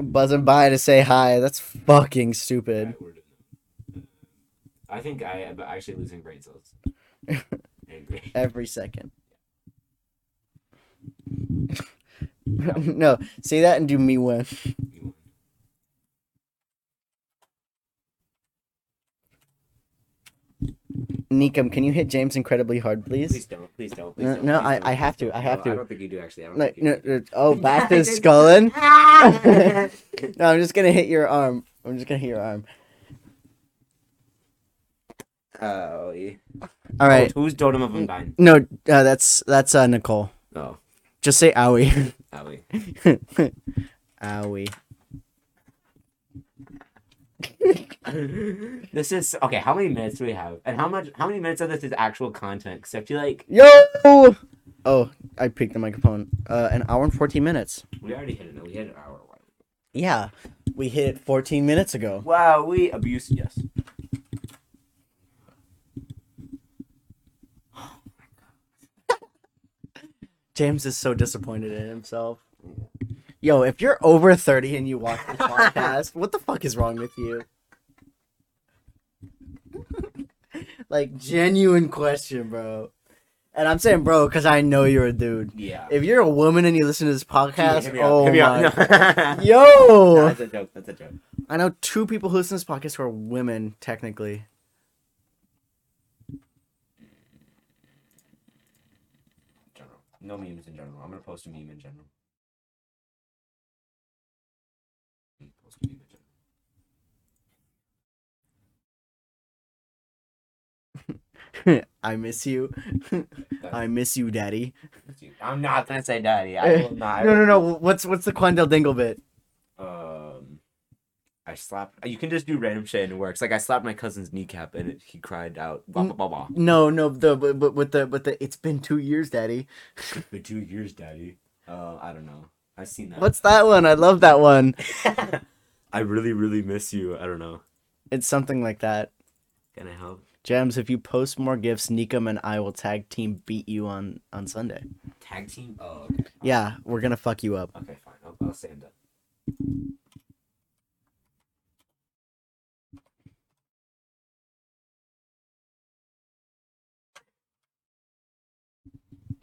Buzzing by to say hi. That's fucking stupid.
Alright, we're done. I think I am actually losing brain cells. Angry.
Every second. no, say that and do me one. Nikum, can you hit James incredibly hard,
Please
please?
don't. Please don't. Please
No,
don't,
no,
please
I,
don't,
I have
please
to. I
don't.
have
No, I
to.
don't think you do actually. I don't
Like,
think you
no,
do.
no, oh, back to Ah. Scullin. no, I'm just gonna hit your arm. I'm just gonna hit your arm.
Oh, yeah.
All
Oh,
right.
who's Totem of Undyne?
No, uh, that's that's uh, Nicole.
Oh,
Just say owie.
Allie.
owie.
This is okay. How many minutes do we have? And how much? How many minutes of this is actual content? Because I feel like
Yo. Oh, I picked the microphone. Uh, an hour and fourteen minutes.
we already hit it. We hit an hour. One.
Yeah, we hit it fourteen minutes ago.
Wow, we abuse. Yes.
James is so disappointed in himself. Yo, if you're over thirty and you watch this podcast, what the fuck is wrong with you? like genuine question, bro. And I'm saying bro because I know you're a dude.
Yeah.
If you're a woman and you listen to this podcast,
Hit me up,
oh
hit me
my,
up. No. No,
yo,
that's a joke. That's a joke.
I know two people who listen to this podcast who are women technically.
General. No memes in general. I'm gonna post a meme in general. Post a meme in general.
I miss you.
That's-
I miss you, daddy.
Dude, I'm not gonna say daddy. I will not.
no, no, no. What's what's the Quandel Dingle bit?
Um, I slapped. You can just do random shit and it works. Like I slapped my cousin's kneecap and it, he cried out, "Blah blah blah blah."
No, no, the but but- with the with the it's been two years, daddy.
For two years, daddy. Uh, I don't know. I've seen that.
What's that one? I love that one.
I really, really miss you. I don't know.
It's something like that.
Can I help?
Gems, if you post more gifts, Nikum and I will tag team beat you on on Sunday.
Tag team. Oh, okay,
Yeah, we're gonna fuck you up.
okay fine. I'll, I'll stand up.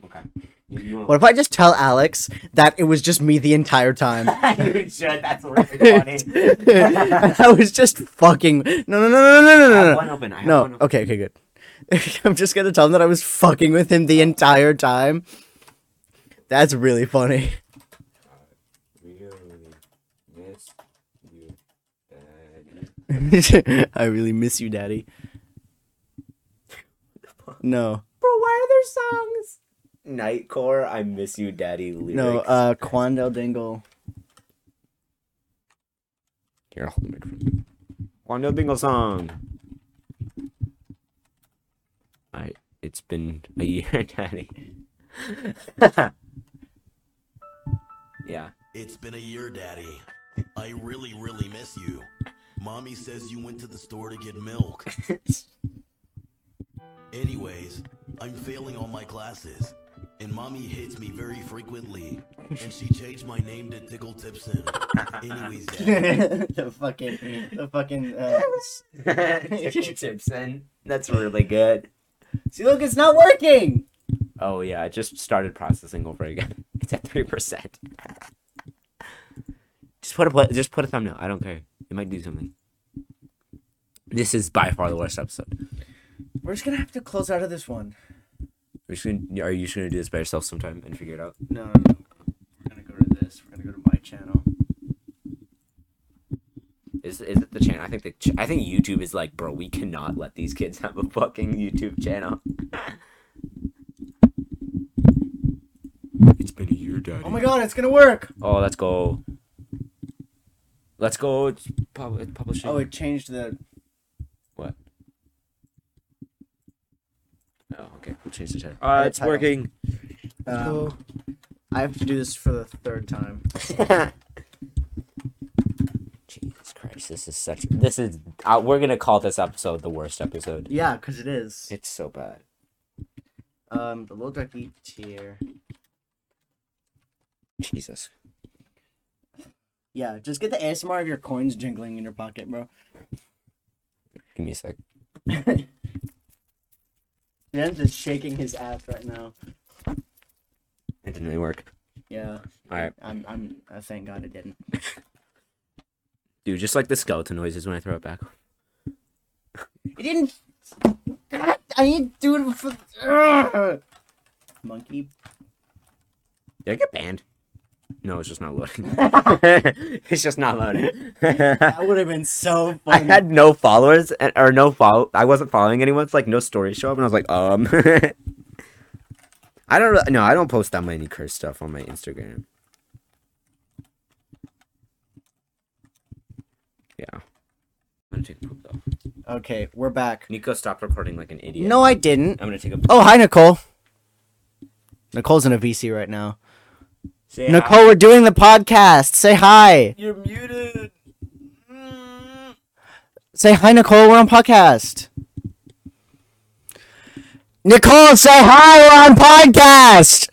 Okay. You, you wanna-
What if I just tell Alex that it was just me the entire time?
you should. That's really funny.
I was just fucking. No, no, no, no, no, no,
I
no,
have
no.
one open. I have one
No.
open.
Okay. Okay. Good. I'm just gonna tell him that I was fucking with him the entire time. That's really funny.
Really miss you, daddy.
I really miss you, Daddy. No.
Bro, why are there songs? Nightcore, I miss you, daddy. Lyrics.
No. Uh, Quandel Dingle.
Here, I'll hold the microphone. Wando Bingo song. I. It's been a year, daddy. yeah.
It's been a year, Daddy. I really, really miss you. Mommy says you went to the store to get milk. Anyways, I'm failing all my classes, and Mommy hits me very frequently, and she changed my name to Tickle Tipson. Anyways, Daddy.
the fucking. The fucking. Uh...
Simpson. That's really good.
See, look, it's not working.
Oh yeah, I just started processing over again. It's at three percent. just put a pla- just put a thumbnail. I don't care. It might do something. This is by far the worst episode.
We're just gonna have to close out of this one.
Are you just gonna, are you just gonna do this by yourself sometime and figure it out?
No, no, no. We're gonna go to this. We're gonna go to my channel.
Is is it the channel? I think the ch- I think YouTube is like, bro, we cannot let these kids have a fucking YouTube channel. it's been a year,
daddy.
Oh my god, it's gonna work!
Oh, let's go. Let's go. It's pub- it's publishing.
Oh, it changed the.
What? Oh, okay. We'll change the title. Uh, it's
title.
working.
Um, I have to do this for the third time.
Jesus Christ, this is such. This is. Uh, we're gonna call this episode the worst episode.
Yeah, because it is.
It's so bad.
Um, the low duck E tier.
Jesus.
Yeah, just get the ASMR of your coins jingling in your pocket, bro.
Give me a sec.
Jen's is shaking his ass right now.
It didn't really work.
Yeah,
All right,
I'm. I'm. Uh, thank God it didn't.
dude. Just like the skeleton noises when I throw it back.
It didn't. God, I need to do it for. Ugh. Monkey.
Did I get banned? No, it's just not loading. it's just not loading. I
That would have been so funny.
had no followers and or no follow. I wasn't following anyone. It's like no stories show up, and I was like, um. I don't really, no, I don't post that many cursed stuff on my Instagram. Yeah. I'm gonna take a poop though.
Okay, we're back.
Nico stopped recording like an idiot.
No, I didn't.
I'm gonna take a
Oh, hi, Nicole. Nicole's in a VC right now.
Say
Nicole, we're doing the podcast. Say hi.
You're muted. Mm.
Say hi, Nicole. We're on podcast. Nicole, say hi. We're on podcast.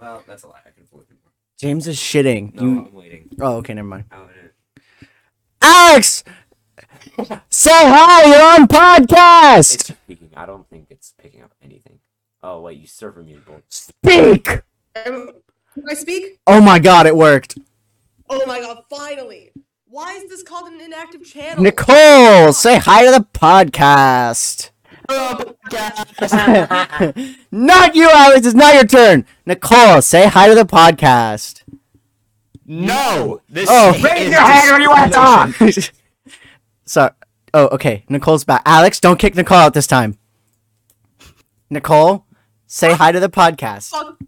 Well, that's a lie. I can afford it.
James is shitting.
No,
You-
I'm waiting.
Oh, okay, never mind.
I'll edit.
Alex, say hi. You're on
It's
podcast.
speaking. I don't think it's picking up anything. Oh wait, you server mutable.
Speak.
Can I speak?
Oh my God, it worked.
Oh my god, finally! Why is this called an inactive channel?
Nicole, say hi to the podcast. not you, Alex. It's not your turn. Nicole, say hi to the podcast.
No! This
Oh,
raise your hand when you want to talk!
Sorry. Oh, okay. Nicole's back. Alex, don't kick Nicole out this time. Nicole, say hi to the podcast.
Fuck.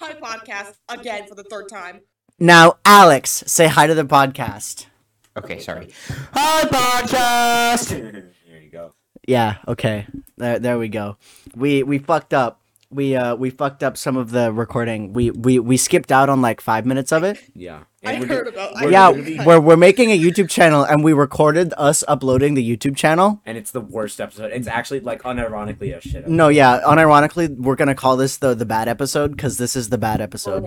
Hi, podcast again for the third time.
Now, Alex, say hi to the podcast.
Okay, sorry.
There you go.
Yeah. Okay. There, there we go. We we fucked up. We uh we fucked up some of the recording. We we we skipped out on like five minutes of it.
Yeah.
I heard about. I
Yeah,
heard about-
we're we're making a YouTube channel and we recorded us uploading the YouTube channel.
And it's the worst episode. It's actually like unironically a shit. episode.
No, yeah. Unironically, we're gonna call this the the bad episode because this is the bad episode.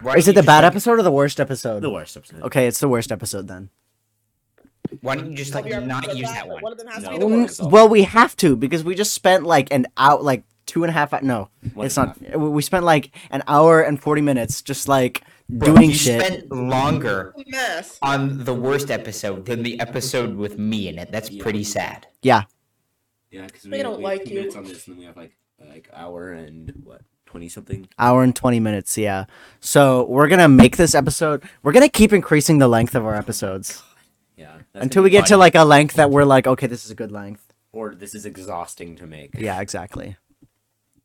Why
Is it
don't
the
you
bad
just,
episode or the worst episode?
The worst episode.
Okay, it's the worst episode then.
like- Why don't you just, like,
we are-
not use that
One
one?
of them has
No.
to be the
Mm,
worst.
worst.
Well, we have to because we just spent like an hour, like two and a half. hou- No,
One
it's
and a
not. We we spent like an hour and forty minutes just like doing
you
shit.
spent longer
Mess.
on the worst episode than the episode with me in it. That's pretty sad.
Yeah,
Yeah, because
They don't like you.
minutes on this, and then we have like like hour and what twenty something.
hour and twenty minutes. Yeah. So we're gonna make this episode. We're gonna keep increasing the length of our episodes
Yeah. that's gonna
until
be
we get to
fun.
like a length that we're like, okay, this is a good length.
Or this is exhausting to make.
Yeah, exactly.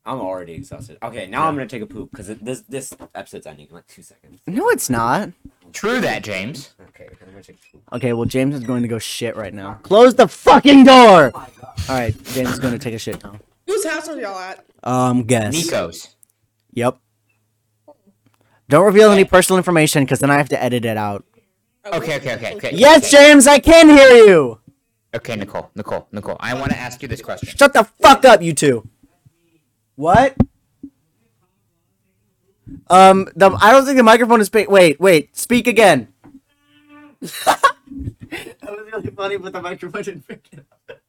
I'm already exhausted. Okay, now I'm gonna take a poop because this this episode's ending in like two seconds.
No, it's not.
True that, James.
Okay, I'm gonna take a poop.
Okay, well, James is going to go shit right now. Close the fucking
Oh
door. All right, James is going to take a shit now.
Whose house are y'all at?
Um, guess.
Nico's.
Yep. Don't reveal any personal information because then I have to edit it out.
Okay, okay, okay, okay.
Yes, James, I can hear you.
Okay, Nicole, Nicole, Nicole. I want to ask you this question.
Shut the fuck up, you two. What? Um, the I don't think the microphone is. Pa- wait, wait. Speak again. that was really funny, but the microphone didn't pick it up.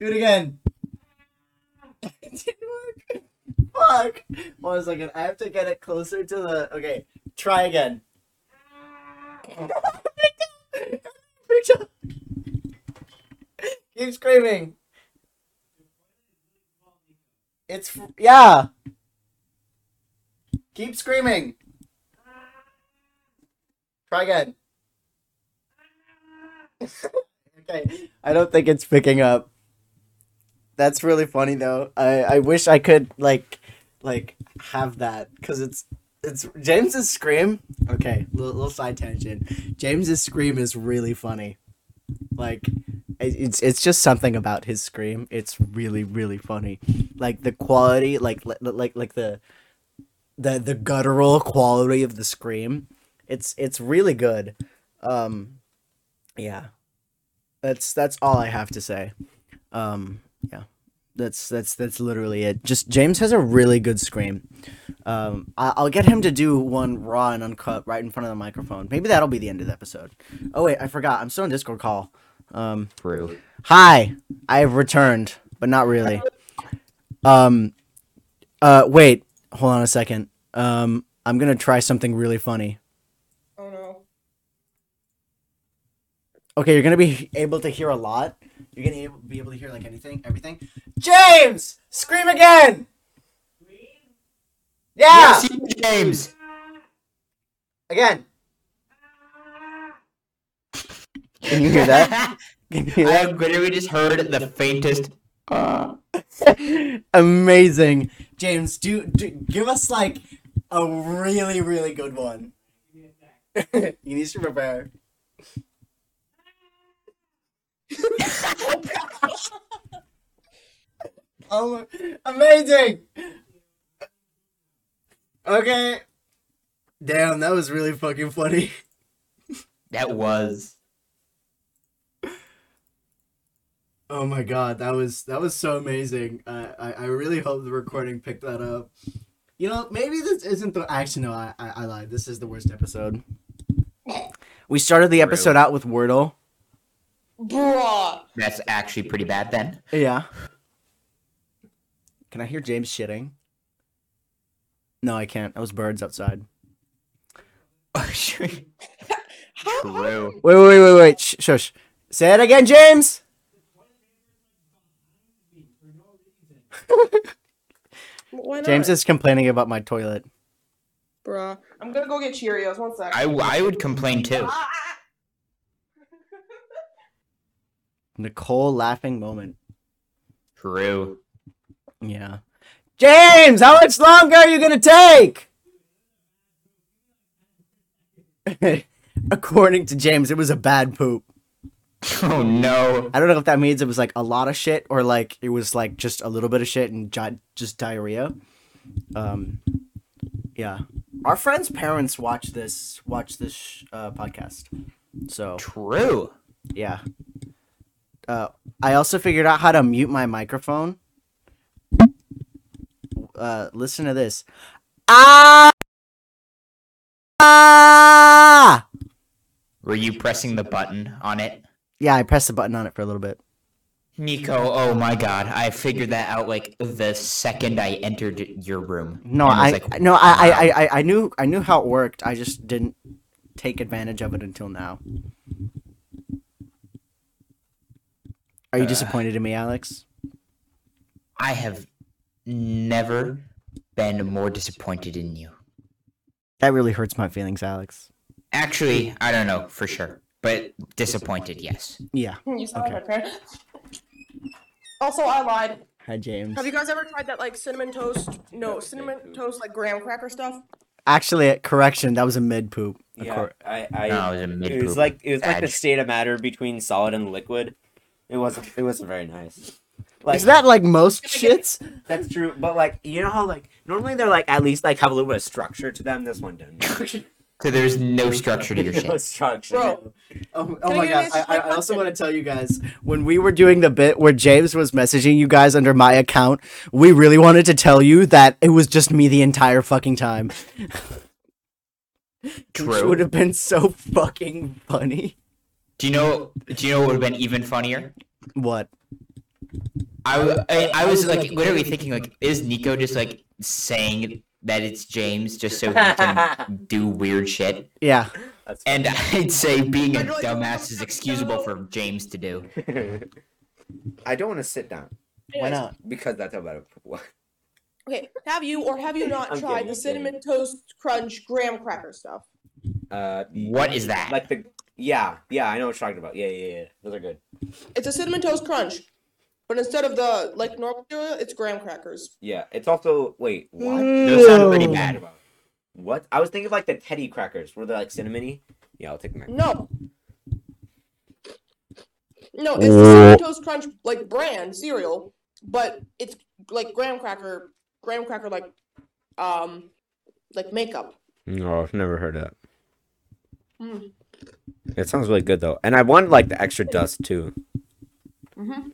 Do it again. it didn't work. Fuck. One second. I have to get it closer to the. Okay. Try again. Oh Picked up. Keep screaming. It's fr- yeah. Keep screaming. Try again. okay. I don't think it's picking up. That's really funny though. I I wish I could like like have that because it's it's James's scream. Okay, little, little side tangent. James's scream is really funny. Like it- it's it's just something about his scream. It's really really funny. Like the quality, like li- like like the the the guttural quality of the scream. It's it's really good. Um yeah. That's that's all I have to say. Um yeah. That's that's that's literally it. Just James has a really good scream. Um, I, I'll get him to do one raw and uncut right in front of the microphone. Maybe that'll be the end of the episode. Oh wait, I forgot. I'm still on Discord call. Um,
True.
hi, I have returned, but not really. Um, uh, wait, hold on a second. Um, I'm gonna try something really funny.
Oh no.
Okay, you're gonna be able to hear a lot. You're gonna able, be able to hear like anything, everything. James, scream again. Yeah.
James.
Again. Can you hear that? Can you hear
I
that?
have literally just heard the faintest.
Amazing, James. Do, do give us like a really really good one. you need to prepare. oh, my- amazing! Okay. Damn, that was really fucking funny.
That was.
Oh my god, that was that was so amazing. Uh, I I really hope the recording picked that up. You know, maybe this isn't the actually no, I I, I lied. This is the worst episode. We started the episode out with Wordle.
Bruh.
That's actually pretty bad then.
Yeah. Can I hear James shitting? No, I can't. That was birds outside.
How, how-
True.
Wait, wait, wait, wait, wait. Shh, shush. Say it again, James.
why not?
James is complaining about my toilet.
Bruh. I'm gonna go get Cheerios. One sec.
I, w- I would complain too.
Ah!
Nicole laughing moment.
True.
Yeah. James, how much longer are you going to take? According to James, it was a bad poop.
Oh no.
I don't know if that means it was like a lot of shit or like it was like just a little bit of shit and gi- just diarrhea. Um, yeah. Our friends' parents watch this watch this uh, podcast, so
True.
yeah. Uh, I also figured out how to mute my microphone. Uh, listen to this. Ah! Ah!
Were you pressing the button on it?
Yeah, I pressed the button on it for a little bit.
Nico, oh my god. I figured that out like the second I entered your room.
No,
And
I
was like,
no, I, I,
wow.
I, I knew I knew how it worked. I just didn't take advantage of it until now. Are you disappointed in me, Alex?
I have never been more disappointed in you.
That really hurts my feelings, Alex.
Actually, I don't know for sure, but disappointed, yes.
Yeah.
You sound like
Okay.
my parents. Also, I lied.
Hi, James.
Have you guys ever tried that like cinnamon toast? No, cinnamon toast like graham cracker stuff.
Actually, correction. That was a mid poop.
Yeah, I, I,
No, it was a mid
it was like it was like the
Edge.
state of matter between solid and liquid. It wasn't. It wasn't very nice.
Is that like most shits?
That's true, but like you know how like normally they're like at least like have a little bit of structure to them. This one didn't.
So there's no structure to your
no
shit.
structure.
Bro.
Oh,
Can
oh
I
my
get
god!
an
I,
answer to
I I
my
also
question?
want to tell you guys when we were doing the bit where James was messaging you guys under my account, we really wanted to tell you that it was just me the entire fucking time. Which
True.
would have been so fucking funny.
Do you know? Do you know what would have been even funnier?
What?
I, w- I, I was like literally thinking like, is Nico just like saying that it's James just so he can do weird shit?
Yeah.
And I'd say being a dumbass is excusable for James to do.
I don't want to sit down
Why
Anyways,
not?
because that's how bad it was.
Okay, have you or have you not
I'm
tried
kidding,
the
I'm
cinnamon toast crunch graham cracker stuff?
Uh,
What is that?
Like the yeah, yeah. I know what you're talking about. Yeah, yeah, yeah. Those are good.
It's a cinnamon toast crunch. But instead of the like normal cereal, it's graham crackers.
Yeah, it's also wait what? Those sound pretty
Ew.
bad. About it. What? I was thinking of like the Teddy crackers, were they like cinnamony? Yeah, I'll take the mac.
No. No, it's the cinnamon toast crunch like brand cereal, but it's like graham cracker, graham cracker like, um, like makeup.
No, I've never heard of that.
Mm.
It sounds really good though, and I want like the extra dust too.
Mhm.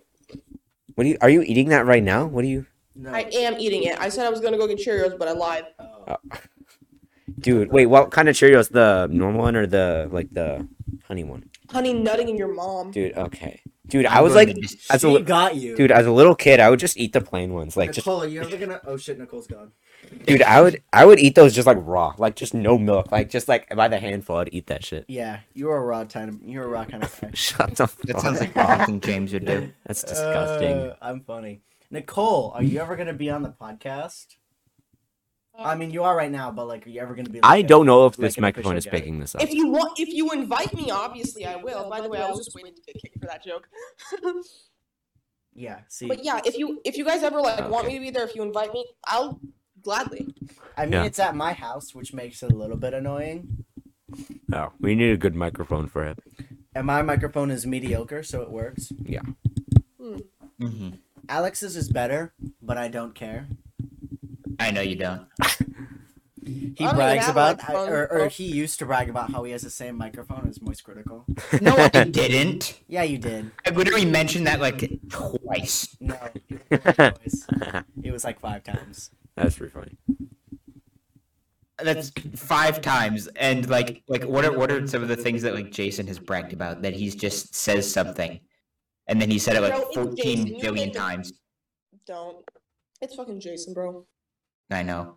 What do you? Are you eating that right now? What do you?
I am eating it. I said I was gonna go get Cheerios, but I lied.
Dude, wait. What kind of Cheerios? The normal one or the like the honey one?
Honey, nutting in your mom.
Dude, okay. Dude, i
I'm
was
going
like,
to
as a
She
li-
got you.
Dude, as a little kid, I would just eat the plain ones, like just.
Nicola, you're never gonna. Oh shit, Nicole's gone.
Dude, I would I would eat those just like raw, like just no milk, like just like by the handful. I'd eat that shit.
Yeah, you're a raw kind of. You're a raw kind of guy.
Shut the
That
fuck
sounds like
up.
Austin James would do.
That's disgusting.
Uh, I'm funny. Nicole, are you ever gonna be on the podcast? I mean, you are right now, but like, are you ever gonna be? Like
I
a-
don't know if
like
this
an
microphone is
official guest?
picking this up.
If you want, if you invite me, obviously I will. By the way, I was just waiting to get kicked for that joke.
Yeah. See.
but yeah, if you if you guys ever like want
Okay.
me to be there, if you invite me, I'll gladly.
I mean,
Yeah.
it's at my house, which makes it a little bit annoying,
Oh, we need a good microphone for it.
and my microphone is mediocre, so it works.
Yeah.
Mm-hmm.
Alex's is better, but I don't care.
I know you don't.
He
I don't
brags
have
about, I-
microphone.
or, or he used to brag about how he has the same microphone as Moist Critical.
No, I didn't.
Yeah, you did.
I literally mentioned that like twice.
No, Twice. it was like five times.
That's pretty funny.
That's five times, and like, like what are what are some of the things that like Jason has bragged about that he's just says something, and then he said it
No,
like
it's Jason.
fourteen
You
billion
can't-
times.
Don't. It's fucking Jason, bro.
I know,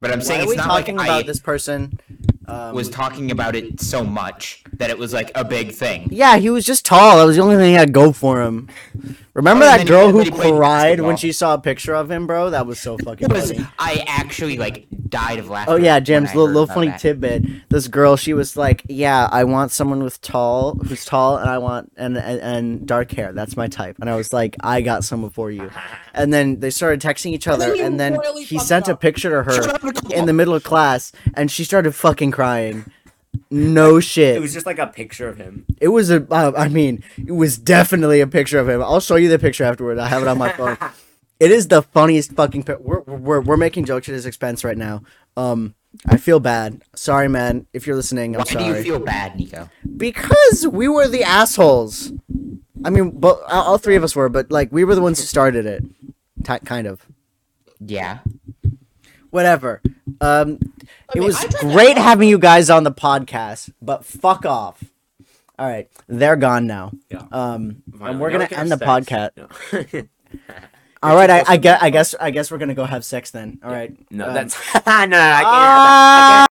but I'm
Why
saying
are
it's
we
not
talking
like
about
I
this person? Um,
was talking about it so much that it was like a big thing.
Yeah, he was just tall. That was the only thing I had go for him. Remember
Oh, and
that
then
girl who
he played
cried when
basketball.
she saw a picture of him, bro? That was so fucking
It was
funny.
I actually like died of laughter.
Oh yeah,
when
James,
I
little,
heard
little
about
funny
that.
tidbit. This girl, she was like, "Yeah, I want someone with tall, who's tall, and I want and, and and dark hair. That's my type." And I was like, "I got someone for you." And then they started texting each other,
you
and then
royally
he
fucked
sent a
up.
picture to her
Shut up, Nicole.
in the middle of class, and she started fucking crying. No shit.
It was just like a picture of him.
It was a. Uh, I mean, it was definitely a picture of him. I'll show you the picture afterward. I have it on my phone. It is the funniest fucking. Pi- we're, we're we're making jokes at his expense right now. Um, I feel bad. Sorry, man. If you're listening, I'm
Why
sorry.
do you feel bad, Nico?
Because we were the assholes. I mean, but all all three of us were. But like, we were the ones who started it. Ti kind of.
Yeah.
Whatever. Um, it
mean,
was
I tried to
great
help.
having you guys on the podcast, but fuck off. All right, they're gone now.
Yeah.
Um,
Finally,
and we're
now
gonna
we can
end the
have
podcast.
sex. No.
All right, I, I guess I guess I guess we're gonna go have sex then. All right.
No,
um,
that's no, no, I can't. have that. I can't.
ah!